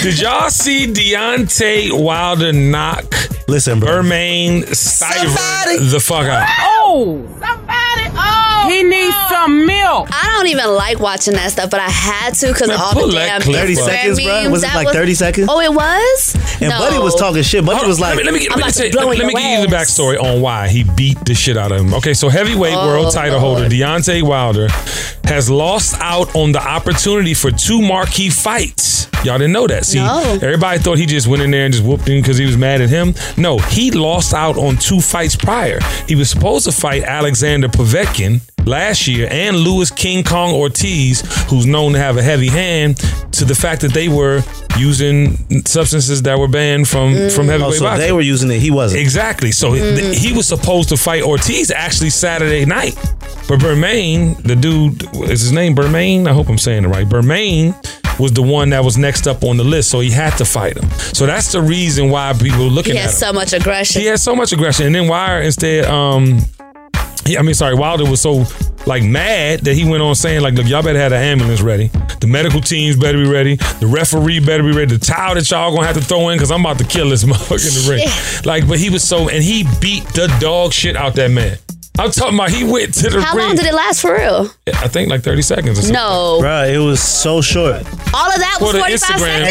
H: Did y'all see Deontay Wilder knock
I: Listen, bro.
H: Bermain Stivert the fuck out?
F: Oh, somebody! Oh, he needs some milk. I don't even like watching that stuff, but I had to because
I: Man,
F: all the
I: pull that
F: damn
I: clip 30
F: Instagram
I: seconds, bruh?
F: memes,
I: Was it
F: that
I: like 30 seconds?
F: Oh, it was.
I: And
F: no.
I: Buddy was talking shit. Buddy was like,
H: let me, let me, get- let
F: I'm
H: me
F: about to
H: tell you-
F: blow
H: let
F: your
H: me give you the backstory on why he beat the shit out of him. Okay, so heavyweight
F: Oh,
H: world title
F: Lord.
H: holder Deontay Wilder has lost out on the opportunity for two marquee fights. Y'all didn't know that. See, everybody thought he just went in there and just whooped him because he was mad at him. No, he lost out on two fights prior. He was supposed to fight Alexander Povetkin last year and Lewis King Kong Ortiz, who's known to have a heavy hand, to the fact that they were using substances that were banned from from heavyweight
I: Oh, so
H: boxing.
I: they were using it. He wasn't.
H: Exactly. So th- he was supposed to fight Ortiz actually Saturday night. But Bermain, the dude, is his name Bermain? I hope I'm saying it right. Bermain was the one that was next up on the list, so he had to fight him. So that's the reason why people were looking
F: He
H: at him.
F: has so much aggression.
H: He had so much aggression, and then Wilder instead, um, he, I mean, sorry, Wilder was so like mad that he went on saying like, "Look, y'all better have the ambulance ready. The medical teams better be ready. The referee better be ready. The towel that y'all gonna have to throw in because I'm about to kill this motherfucker in the ring." Like, but he was so, and he beat the dog shit out that man. I'm talking about he went to the
F: How
H: ring.
F: long did it last for real?
H: I think like 30 seconds. Or something.
F: No.
I: Bruh, it was so short.
F: All of that was 45
I: Hey,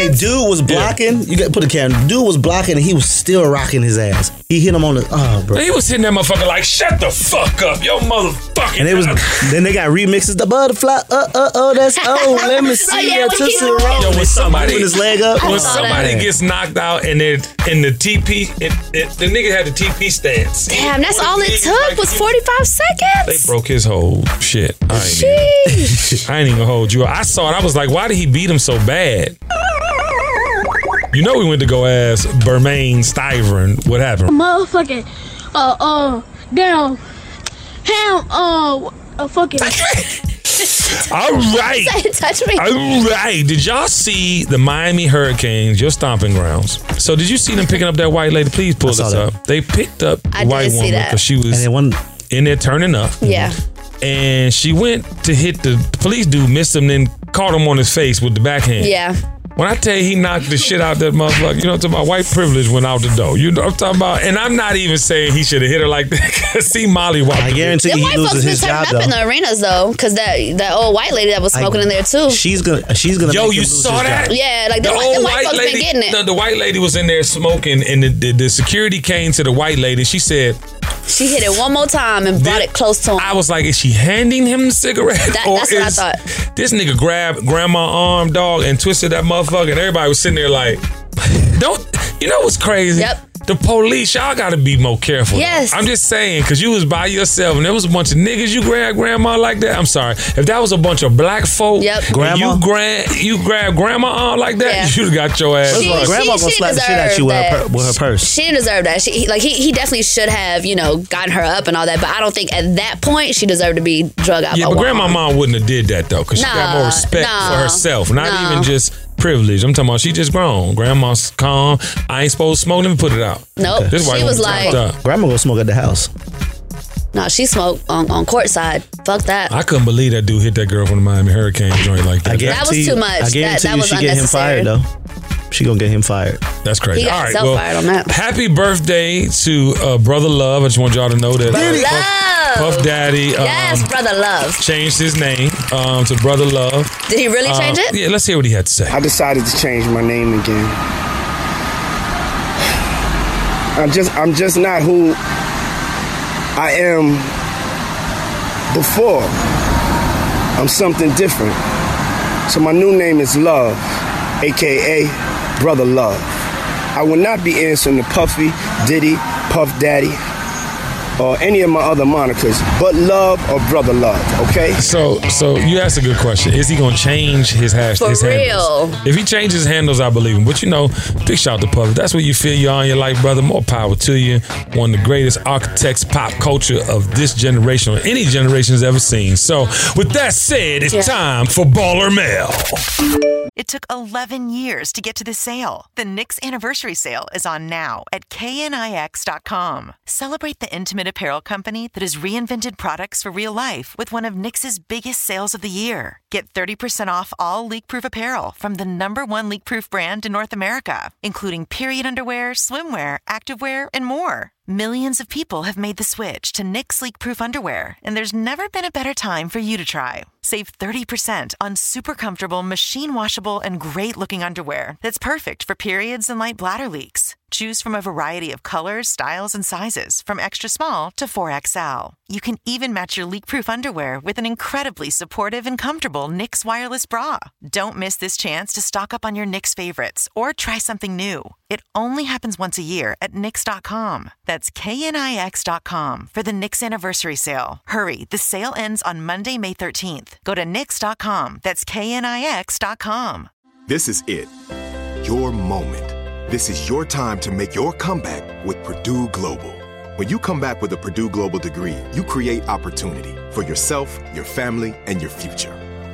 F: seconds.
I: dude was blocking. You got put a camera. Dude was blocking, and he was still rocking his ass. He hit him on the. Oh, bro.
H: He was hitting that motherfucker like, "Shut the fuck up, yo motherfucker."
I: And it was. then they got remixes. The butterfly. Uh uh oh. That's oh. Let me see your tootsie roll.
H: Yo, when
I: They start
H: somebody
I: moving his leg up.
H: when
I: Oh,
H: somebody
I: man.
H: gets knocked out and they in the TP, it, it, the nigga had the TP stance.
F: Damn, that's all it took was 45 seconds.
H: They broke his whole shit. I ain't, even, I ain't even gonna hold you. I saw it. I was like, why did he beat him so bad? You know, we went to go ask Bermain Stivern what happened.
P: Motherfucking, uh, uh, damn, ham, uh, uh fucking.
H: All right.
P: Say, touch me.
H: All right. Did y'all see the Miami Hurricanes, your stomping grounds? So, did you see them picking up that white lady? Please pull this up. They picked up
F: I
H: the
F: did
H: white
F: see
H: woman
F: that.
H: because she was in there turning up.
F: Yeah.
H: And she went to hit the police dude, missed him, then caught him on his face with the backhand.
F: Yeah.
H: When I tell you he knocked the shit out that motherfucker, you know what I'm talking about? White privilege went out the door. You know what I'm talking about? And I'm not even saying he should have hit her like that. 'cause See, Molly walked. I
I: guarantee
F: Them white folks been turning up in the arenas though, because that that old white lady that was smoking in there too.
I: She's gonna. She's gonna.
H: Yo,
I: make
H: you
I: him lose
H: saw
I: his
H: that?
I: job.
F: Yeah, like them white- them white folks been
H: lady,
F: getting it.
H: The, the white lady was in there smoking, and the, the, the security came to the white lady. She said,
F: She hit it one more time and brought it close to him.
H: I was like, is she handing him the cigarette?
F: That-
H: or
F: that's what I
H: is-
F: thought.
H: This nigga grabbed grandma's arm, dog, and twisted that motherfucker, and everybody was sitting there like, don't, you know what's crazy? Yep. The police, y'all gotta be more careful.
F: Yes.
H: I'm just saying, cause you was by yourself and there was a bunch of niggas you grabbed grandma like that. I'm sorry. If that was a bunch of black folk,
F: Yep.
H: and
F: Grandma?
H: you grab you grab grandma arm like that, you'd have got your ass.
F: She-
H: fucked.
F: she- Grandma gonna she slap the shit out deserved you with her that. pur- with her
I: purse.
F: She didn't deserve that. She he- like he, he definitely should have you know gotten her up and all that, but I don't think at that point she deserved to be drug out.
H: Yeah,
F: by
H: but
F: one
H: grandma
F: arm.
H: mom wouldn't have did that though, cause she got
F: Nah,
H: more respect for
F: nah,
H: herself. Not
F: nah.
H: even just privilege. I'm talking about she just grown. Grandma's calm. I ain't supposed to smoke. Let me put it out.
F: Nope,
H: This white
F: she was
H: woman
F: like,
H: turned up.
I: Grandma gonna smoke at the house.
F: no, she smoked on on court side. Fuck that.
H: I couldn't believe that dude hit that girl from the Miami Hurricane joint like that.
F: That was guarantee- too much. I That- guarantee that you was she get him unnecessary.
I: fired, though. She gonna get him fired.
H: That's crazy.
F: He got
H: All right,
F: himself
H: well,
F: fired on that.
H: happy birthday to uh, brother Love. I just want y'all to know that
F: Brother
H: uh,
F: Love.
H: Puff, Puff Daddy um,
F: yes, brother love.
H: changed his name um, to Brother Love.
F: Did he really
H: Uh,
F: change it?
H: Yeah, let's hear what he had to say.
Q: I decided to change my name again. I'm just I'm just not who I am before. I'm something different. So my new name is Love, aka Brother Love. I will not be answering to Puffy, Diddy, Puff Daddy, or any of my other monikers, but love or brother love, okay?
H: So, so you asked a good question. Is he gonna change his hash?
Q: For
H: his handles?
Q: real.
H: If he changes his handles, I believe him. But you know, big shout out to Puff. That's where you feel you are in your life, brother. More power to you. One of the greatest architects pop culture of this generation or any generation has ever seen. So, with that said, it's
R: Yeah.
H: time for Baller Mail.
R: It took 11 years to get to this sale. The Nix anniversary sale is on now at knix.com. Celebrate the intimate apparel company that has reinvented products for real life with one of Nix's biggest sales of the year. Get 30% off all leak-proof apparel from the number one leak-proof brand in North America, including period underwear, swimwear, activewear, and more. Millions of people have made the switch to Nix leak proof underwear, and there's never been a better time for you to try. Save 30% on super comfortable, machine washable, and great looking underwear that's perfect for periods and light bladder leaks. Choose from a variety of colors, styles, and sizes, from extra small to 4XL. You can even match your leak proof underwear with an incredibly supportive and comfortable NYX wireless bra. Don't miss this chance to stock up on your NYX favorites or try something new. It only happens once a year at NYX.com. That's KNIX.com for the NYX anniversary sale. Hurry, the sale ends on Monday, May 13th. Go to NYX.com. That's KNIX.com.
S: This is it. Your moment. This is your time to make your comeback with Purdue Global. When you come back with a Purdue Global degree, you create opportunity for yourself, your family, and your future.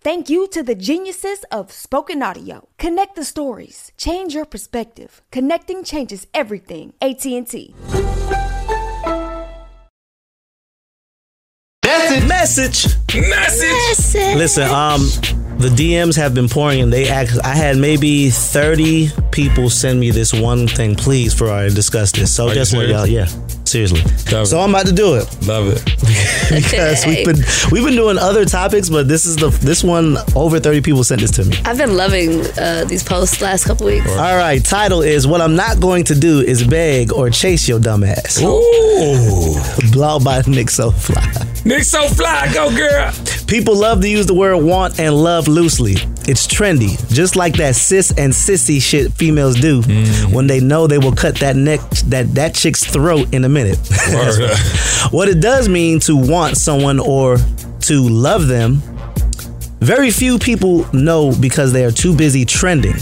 T: Thank you to the geniuses of spoken audio. Connect the stories. Change your perspective. Connecting changes everything. AT&T.
I: Message.
H: Message.
I: Listen, um, the DMs have been pouring, and they act. I had maybe thirty people send me this one thing, please, for our discuss this. So
H: Are you
I: just what y'all, yeah,
H: serious?
I: seriously. so I'm about to do it.
H: Love it
I: because we've been we've been doing other topics, but this is the this one over thirty people sent this to me.
F: I've been loving uh, these posts last couple weeks.
I: All right, title is What I'm Not Going to Do Is Beg or Chase Your Dumb Ass.
H: Ooh.
I: Blog by Nick So Fly.
H: Nick So Fly, go girl.
I: People love to use the word want and love loosely. It's trendy, just like that cis and sissy shit females do when they know they will cut that neck that that chick's throat in a minute. That's
H: Word.
I: right. what it does mean to want someone or to love them very few people know because they are too busy trending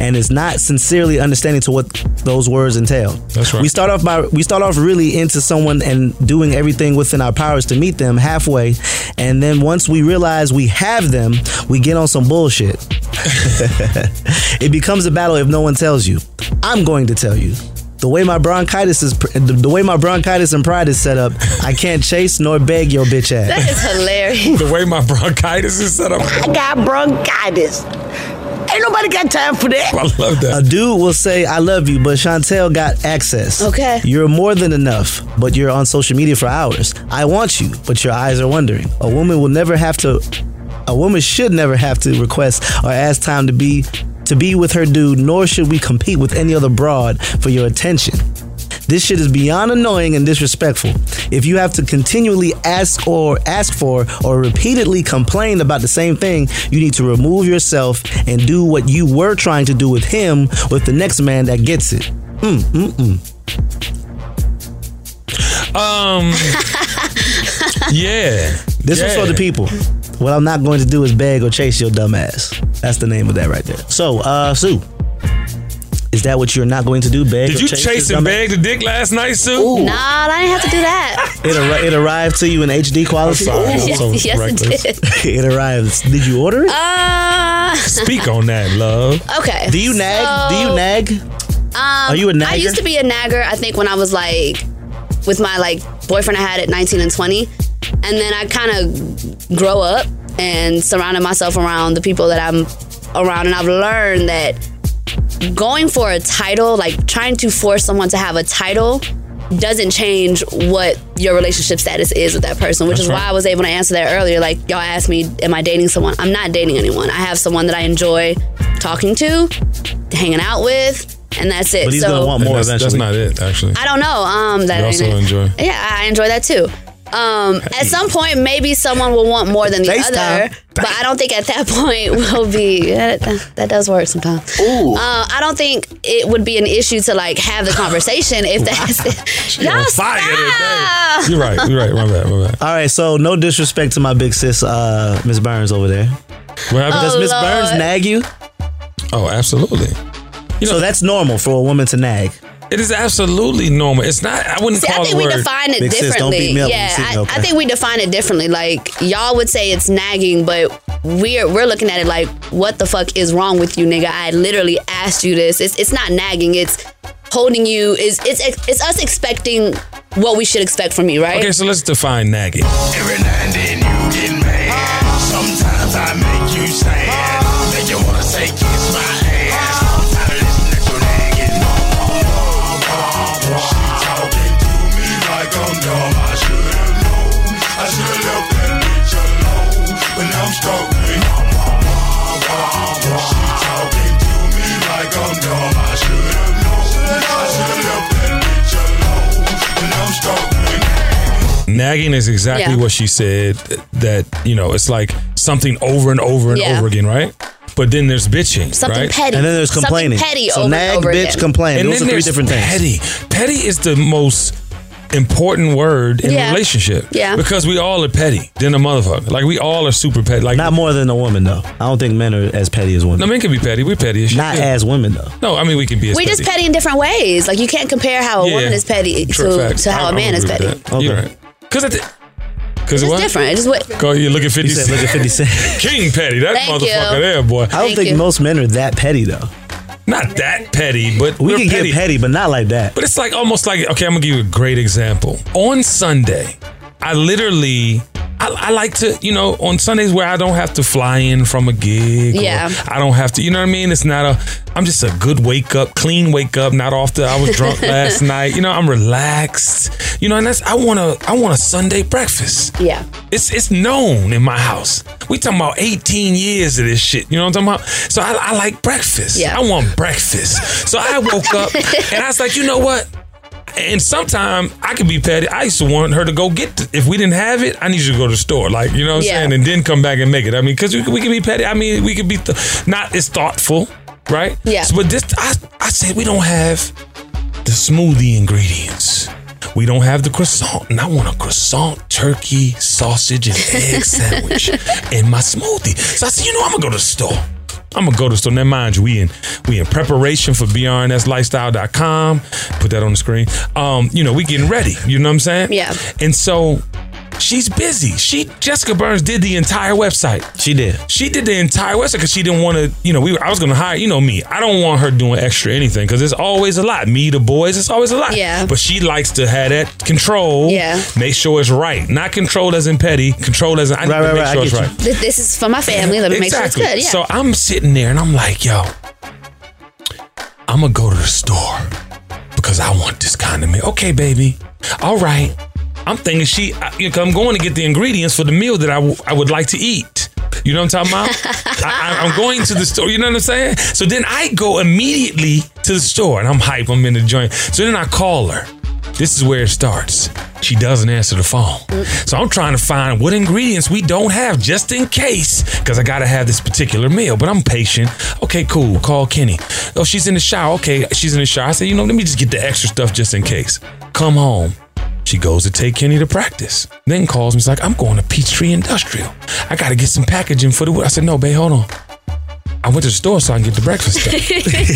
I: and it's not sincerely understanding to what those words entail. That's right. We start off by we start off really into someone and doing everything within our powers to meet them halfway and then once we realize we have them, we get on some bullshit. it becomes a battle if no one tells you. I'm going to tell you. The way my bronchitis is pr- the, the way my bronchitis and pride is set up, I can't chase nor beg your bitch ass.
F: That is hilarious.
H: the way my bronchitis is set up.
I: I got bronchitis. Ain't nobody got time for that.
H: I love that.
I: A dude will say, I love you, but Chantel got access.
F: Okay.
I: You're more than enough, but you're on social media for hours. I want you, but your eyes are wondering. A woman will never have to, a woman should never have to request or ask time to be. To be with her dude, nor should we compete with any other broad for your attention. This shit is beyond annoying and disrespectful. If you have to continually ask or ask for or repeatedly complain about the same thing, you need to remove yourself and do what you were trying to do with him with the next man that gets it. Mm, mm, mm.
H: Um, yeah. Um,
I: This was
H: Yeah.
I: for the people. What I'm not going to do is beg or chase your dumb ass. That's the name of that right there. So, uh, Sue, is that what you're not going to do? Beg?
H: Did
I: or
H: you
I: chase
H: chase
I: your
H: and
I: dumb
H: bag the dick last night, Sue?
F: Nah, I didn't have to do that.
I: It, arri- it arrived to you in HD quality.
F: sorry, I'm so Yes, yes, it reckless. did.
I: it arrived. Did you order it?
F: Uh,
I: Speak on that, love.
F: Okay.
I: Do you nag? Do
F: so-
I: you
F: Um,
I: nag?
F: Are
I: you a
F: I
I: nagger?
F: used to be a nagger. I think when I was like with my like boyfriend I had at 19 and 20, and then I kind of grow up and surrounded myself around the people that I'm around, and I've learned that going for a title, like trying to force someone to have a title. Doesn't change what your relationship status is with that person, which
U: That's
F: is
U: right.
F: why I was able to answer that earlier. Like, y'all asked me, Am I dating someone? I'm not dating anyone. I have someone that I enjoy talking to, hanging out with, and that's it.
H: But he's
F: so,
H: gonna want more that's,
I: eventually.
H: That's not it, actually.
F: I don't know. Um, that
H: You also
F: ain't it.
H: enjoy.
F: Yeah, I I enjoy that too. Um, at some point, maybe someone will want more than the other, but I don't think at that point will be. That, that does work sometimes. Ooh. Uh, I don't think it would be an issue to like have the conversation if that's. Y'all stop.
I: You're right. You're right. My bad. My bad. All right. So no disrespect to my big sis, uh, Miss Burns over there. What
F: happened?
I: Does
F: Oh,
I: Miss
F: Lord.
I: Burns nag you? Oh, absolutely. so that's normal for a woman to nag.
H: It is absolutely normal. It's not. I wouldn't
F: See,
H: call
F: I think
H: the
F: we
H: word-
F: define it differently. yeah, I, I think we define it differently. Like y'all would say it's nagging, but we're we're looking at it like, what the fuck is wrong with you, nigga? I literally asked you this. It's it's not nagging. It's holding you. Is it's it's us expecting what we should expect from you, right?
H: Okay, so let's define nagging.
V: Every now and then you get mad. Sometimes I make you sad. Make you wanna say kiss my ass. I'm tired of listening to nagging. She talking to me like I'm dumb. I should've known. I should've left that bitch alone. But now I'm struggling. She talking to me like I'm dumb. I should've known. I should've left that bitch alone. But now I'm struggling.
H: Nagging is exactly
V: Yeah.
H: what she said. That you know, it's like something over and over and
F: Yeah.
H: over again, right? But then there's bitching,
F: Something
H: right?
F: petty. And then there's Something complaining. petty So over and nag, over bitch, again. complain.
H: And
F: Those
H: then
F: are three
H: there's
F: different things.
H: Petty. Petty is the most important word in
F: Yeah.
H: a relationship.
F: Yeah.
H: Because we all are petty than a motherfucker. Like we all are super petty. Like
I: not more than a woman though. I don't think men are as petty as women.
H: No, men can be petty. We're petty as shit.
I: Not as women though.
H: No, I mean we can be. As
F: We're just petty in different ways. Like you can't compare how a
H: Yeah.
F: woman is petty
H: True
F: to,
H: facts.
F: to how
H: I-
F: a
H: I
F: man is
H: agree
F: petty.
H: with that. You're right. Because
F: It's
H: because
F: just
H: what?
F: different. It's just what.
H: Go, you look at 50
I: You said look at 50
H: Cent. King Petty, that
F: Thank
H: motherfucker
F: you.
H: there, boy.
I: I don't
F: Thank
I: think
F: you.
I: most men are that petty though.
H: Not that petty, but
I: We
H: we're
I: can
H: petty.
I: get petty, but not like that.
H: But it's like almost like okay, I'm gonna give you a great example. On Sunday, I literally I, I like to, you know, on Sundays where I don't have to fly in from a gig. or
W: Yeah.
H: I don't have to, you know what I mean? It's not a I'm just a good wake up, clean wake up, not off the I was drunk last night. You know, I'm relaxed. You know, and that's I want a I want a Sunday breakfast.
F: Yeah.
H: It's it's known in my house. We talking about 18 years of this shit. You know what I'm talking about? So I, I like breakfast.
W: Yeah.
H: I want breakfast. So I woke up and I was like, you know what? And sometime I could be petty. I used to want her to go get. th- if we didn't have it, I need you to go to the store. Like you know what I'm
W: Yeah.
H: saying, and then come back and make it. I mean, because we, could- we could be petty. I mean, we could be th- not as thoughtful, right?
W: Yeah.
H: So, but this, I, I said we don't have the smoothie ingredients. We don't have the croissant, and I want a croissant, turkey, sausage, and egg sandwich in my smoothie. So I said, you know, I'm gonna go to the store. I'm gonna go to the store. Now, mind you, we in we in preparation for brnslifestyle.com. Put that on the screen. Um, you know, we getting ready. You know what I'm saying?
W: Yeah.
H: And so she's busy. She Jessica Burns did the entire website.
I: She did.
H: She did the entire website because she didn't want to. You know, we were, I was going to hire. You know me. I don't want her doing extra anything because it's always a lot. Me, the boys, it's always a lot.
W: Yeah.
H: But she likes to have that control.
F: Yeah.
H: Make sure it's right. Not control as in petty. Control as in I need to make sure it's right.
F: Th- This is for my family. Let me make sure it's
H: exactly.
F: good. Yeah.
H: So I'm sitting there and I'm like, yo, I'm gonna go to the store because I want this kind of meal. Okay, baby. All right. I'm thinking she. I, you know, I'm going to get the ingredients for the meal that I, w- I would like to eat. You know what I'm talking about? I, I, I'm going to the store. You know what I'm saying? So then I go immediately to the store and I'm hype. I'm in the joint. So then I call her. This is where it starts. She doesn't answer the phone. So I'm trying to find what ingredients we don't have just in case, because I gotta have this particular meal. But I'm patient. Okay, cool. Call Kenny. Oh, she's in the shower. Okay, she's in the shower. I said, you know, let me just get the extra stuff just in case. Come home. She goes to take Kenny to practice. Then calls me. She's like, I'm going to Peachtree Industrial. I got to get some packaging for the wood. I said, no, babe, hold on. I went to the store so I can get the breakfast stuff.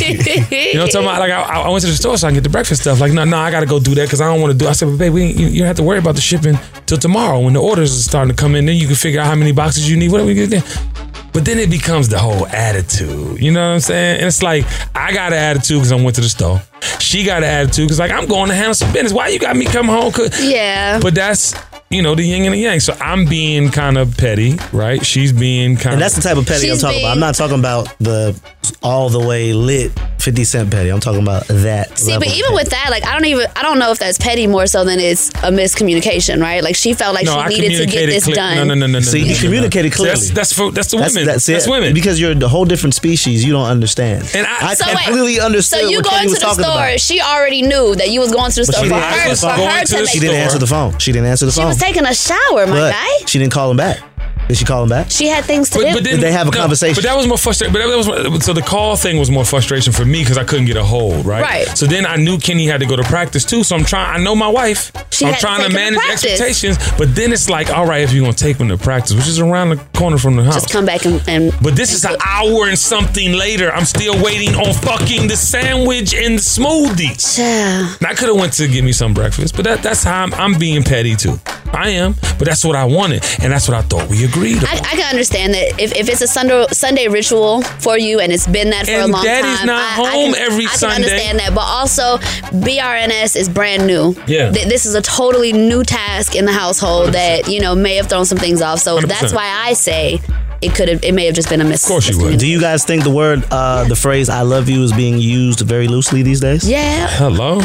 H: You know, what I'm talking about like I, I went to the store so I can get the breakfast stuff. Like, no, no, I gotta go do that because I don't want to do. I said, but babe, we ain't, you, you don't have to worry about the shipping till tomorrow when the orders are starting to come in. Then you can figure out how many boxes you need. Whatever you get there. But then it becomes the whole attitude. You know what I'm saying? And it's like I got an attitude because I went to the store. She got an attitude because like I'm going to handle some business. Why you got me come home? cook?
F: Yeah.
H: But that's you know the yin and the yang. So I'm being kind of petty, right? She's being kind.
I: And that's the type of petty I'm talking about. I'm not talking about the all the way lit 50 Cent petty. I'm talking about that.
F: See,
I: level
F: but
I: of
F: even with that, like I don't even I don't know if that's petty more so than it's a miscommunication, right? Like she felt like she needed to get this
H: cle-
F: done.
H: No, no, no, no, no.
I: See,
H: no,
I: you
H: no, no.
I: communicated
H: See,
I: clearly.
H: That's that's for, that's the
I: That's-
H: women.
I: That's,
H: That's,
I: it.
H: women.
I: Because you're the whole different species. You don't understand. And I,
F: So wait,
I: completely understood.
F: So you
I: what
F: going
I: Kenny
F: to
I: was
F: the
I: talking
F: store?
I: about.
F: She already knew that you was going to the
I: But
F: store
I: she
F: for
I: didn't
F: her.
I: answer
F: For
I: the phone.
F: her to make.
I: She didn't answer the phone. She didn't answer the
F: She
I: phone.
F: was taking a shower, my
I: but
F: guy.
I: she didn't call him back. Did she call him back?
F: She had things to do.
I: Did they have a conversation?
H: But that was more frustrating. But that was more- so the call thing was more frustration for me because I couldn't get a hold. Right.
F: Right.
H: So then I knew Kenny had to go to practice too. So I'm trying. I know my wife.
F: She
H: I'm
F: had to
H: trying to,
F: take him to
H: manage
F: practice.
H: expectations. But then it's like, all right, if you're gonna take him to practice, which is around the corner from the house,
F: Just come back and, and
H: But this is an hour and something later. I'm still waiting on fucking the sandwich and the smoothie. And I could have went to get me some breakfast, but that, that's how I'm, I'm being petty too. I am, but that's what I wanted, and that's what I thought we agreed on.
F: I, I can understand that if, if it's a Sunday, Sunday ritual for you and it's been that for a
H: And
F: long
H: daddy's
F: time.
H: not
F: I,
H: home
F: I can,
H: every
F: I can
H: Sunday.
F: understand that, but also BRNS is brand new.
H: Yeah.
F: Th- this is a totally new task in the household that you know may have thrown some things off. So
I: 100%.
F: that's why I say it could have. It may have just been a miss.
I: Do you guys think the word, uh, the phrase "I love you" is being used very loosely these days?
F: Yeah.
H: Hello.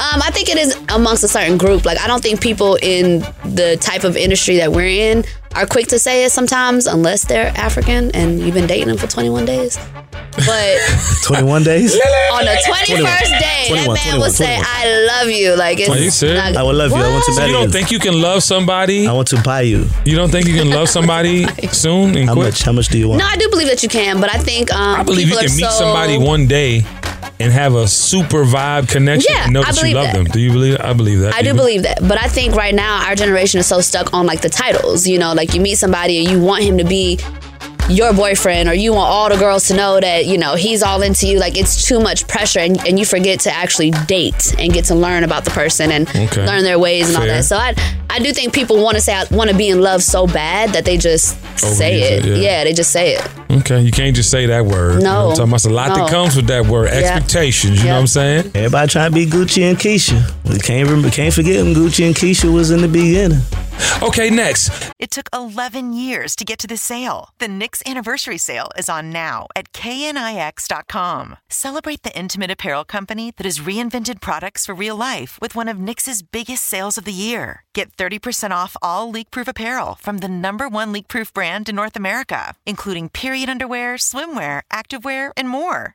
F: Um, I think it is amongst a certain group. Like, I don't think people in the type of industry that we're in are quick to say it sometimes, unless they're African and you've been dating them for 21 days. But
I: Twenty-one days.
F: on the 21st day, that
I: 21,
F: man would
I: 21,
F: say,
I: 21.
F: "I love you." Like, it's
H: Are you serious?
F: not-
I: I would love you. I want to
H: So
I: marry
H: you don't think you can love somebody? I
I: want to buy you.
H: You don't think you can love somebody soon and
I: How
H: quick?
I: much? How much do you want?
F: No, I do believe that you can, but I think um,
H: I believe you
F: people
H: can
F: are
H: meet
F: so-
H: somebody one day and have a super vibe connection
F: Yeah,
H: and know
F: I
H: that you
F: believe
H: love
F: that.
H: them. Do you believe that? I believe that.
F: I do
H: Even-
F: believe that. But I think right now our generation is so stuck on like the titles. You know, like you meet somebody and you want him to be your boyfriend or you want all the girls to know that, you know, he's all into you. Like it's too much pressure and, and you forget to actually date and get to learn about the person and
D: Okay.
F: learn their ways and all
D: Fair.
F: that. So I I do think people want to say want to be in love so bad that they just say
H: Overuse
F: it.
H: it, yeah.
F: yeah. they just say it.
H: Okay, you can't just say that word. You know
F: No.
H: what I'm talking about? It's a lot
F: No.
H: that comes with that word.
F: Yeah.
H: Expectations. You know what I'm saying?
I: Everybody trying to be Gucci and Keisha. We can't remember, can't forget when Gucci and Keisha was in the beginning.
H: Okay, next.
R: It took 11 years to get to this sale. The Nix anniversary sale is on now at knix.com. Celebrate the intimate apparel company that has reinvented products for real life with one of Nix's biggest sales of the year. Get 30% off all leak-proof apparel from the number one leak-proof brand in North America, including period underwear, swimwear, activewear, and more.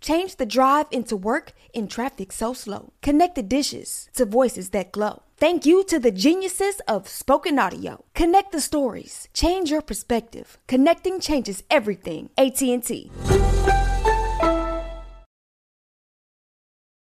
T: Change the drive into work in traffic so slow. Connect the dishes to voices that glow. Thank you to the geniuses of spoken audio. Connect the stories. Change your perspective. Connecting changes everything. AT&T.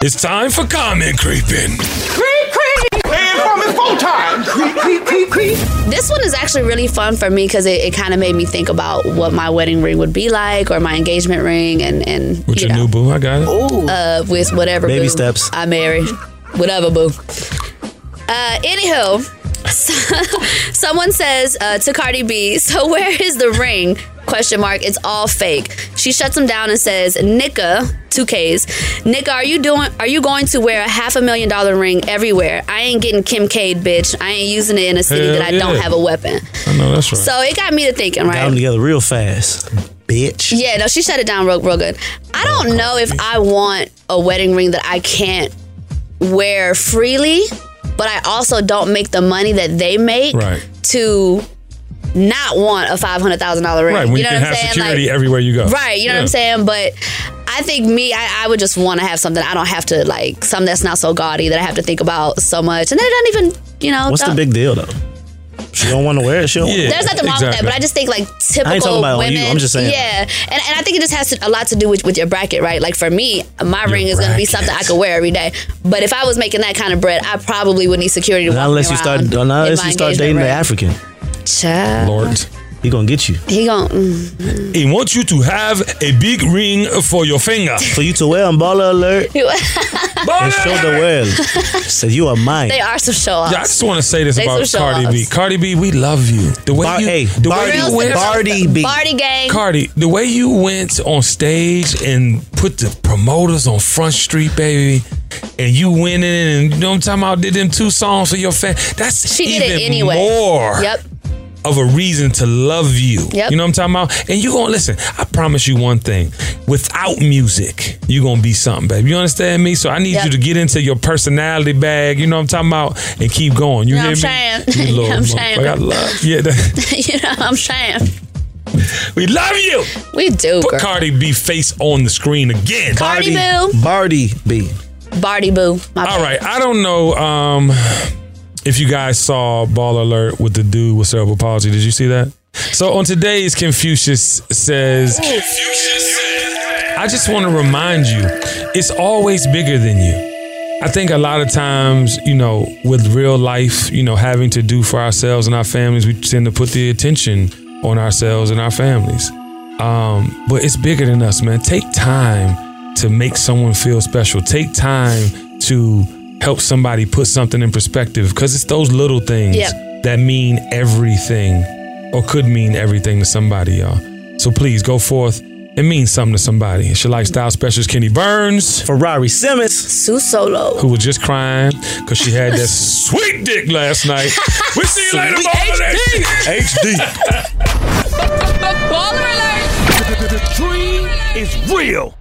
H: It's time for comment creeping.
B: Creep, creep! And from his full time! Creep, creep, creep, creep!
F: This one is actually really fun for me because it, it kind of made me think about what my wedding ring would be like or my engagement ring and, and
H: With your new boo, I got it.
F: uh, with whatever
H: Baby
F: boo
H: steps.
F: I marry, whatever boo. Uh, anywho, someone says uh, to Cardi B, "So where is the ring?" Question mark. It's all fake. She shuts him down and says, "Nika, two K's. Nika, are you doing? Are you going to wear a half a million dollar ring everywhere? I ain't getting Kim Cade, bitch. I ain't using it in a city
I: Hell
F: that I don't
I: yeah.
F: have a weapon."
H: I know that's right.
F: So it got me to thinking, right?
I: Got them together real fast, bitch.
F: Yeah, no, she shut it down real, real good. I
H: Oh,
F: don't know if I want a wedding ring that I can't wear freely, but I also don't make the money that they make
H: Right.
F: to not want a five hundred thousand dollar ring.
H: Right, when
F: you
H: you,
F: know
H: can
F: what I'm
H: have
F: saying?
H: security
F: Like-
H: everywhere you go.
F: Right, you know what
H: Yeah.
F: I'm saying? But I think me, I, I would just want to have something I don't have to like something that's not so gaudy that I have to think about so much, and it doesn't even you know.
I: What's the
F: don't-
I: big deal though? She don't want to wear it. She don't.
F: There's nothing wrong with that, but I just think like typical
I: talking about
F: women.
I: you, I'm just saying.
F: Yeah, and, and I think it just has to, a lot to do with, with your bracket, right? Like for me, my ring is going to be something I could wear every day. But if I was making that kind of bread, I probably would need security to walk
I: Not
F: me
I: unless you start.
F: around in
I: Not unless
F: my
I: you start dating
F: engagement
I: the
F: ring.
I: African.
F: Child.
H: Lord.
I: He gonna get you.
F: He mm. going
H: He wants you to have a big ring for your finger.
I: For you to wear on baller alert and show the world. So you are mine.
F: they are some show offs.
H: Yeah, I just want to say this
F: They
H: about
F: some
H: Cardi B.
F: show-offs.
H: Cardi B, we love you. The way you, the way
F: Real
H: you went,
F: sinners. Barty gang.
H: Cardi, the way you went on stage and put the promoters on Front Street, baby, and you went in and you know what I'm talking about, did them two songs for your fan. That's
F: She did
H: even
F: it anyway.
H: more.
F: Yep.
H: Of a reason to love you.
F: Yep.
H: You know what I'm talking about? And you gonna listen, I promise you one thing. Without music, you're gonna be something, babe. You understand me? So I need
F: Yep.
H: you to get into your personality bag, you know what I'm talking about, and keep going. You
F: You know
H: hear
F: what I'm
H: me?
F: saying?
H: You
F: You know
H: little
F: what I'm
H: motherfucker.
F: saying?
H: I love. Yeah, that-
F: you know what I'm saying?
H: we love you.
F: We do.
H: Put
F: girl.
H: Cardi B face on the screen again.
F: Cardi Bardi-
H: Boo. Bardi B.
F: Barty boo. My
H: All right. I don't know um, if you guys saw Ball Alert with the dude with cerebral palsy. Did you see that? So on today's Confucius says, I just want to remind you, it's always bigger than you. I think a lot of times, you know, with real life, you know, having to do for ourselves and our families, we tend to put the attention on ourselves and our families. Um, but it's bigger than us, man. Take time to make someone feel special. Take time to help somebody put something in perspective because it's those little things
D: Yep.
H: that mean everything or could mean everything to somebody, y'all. So please go forth. It means something to somebody. It's your lifestyle specialist, Kenny Burns.
I: Ferrari Simmons.
F: Sue Solo.
H: Who was just crying because she had that sweet dick last night. we see you later,
B: Sweet
H: HD. HD.
B: The dream is real.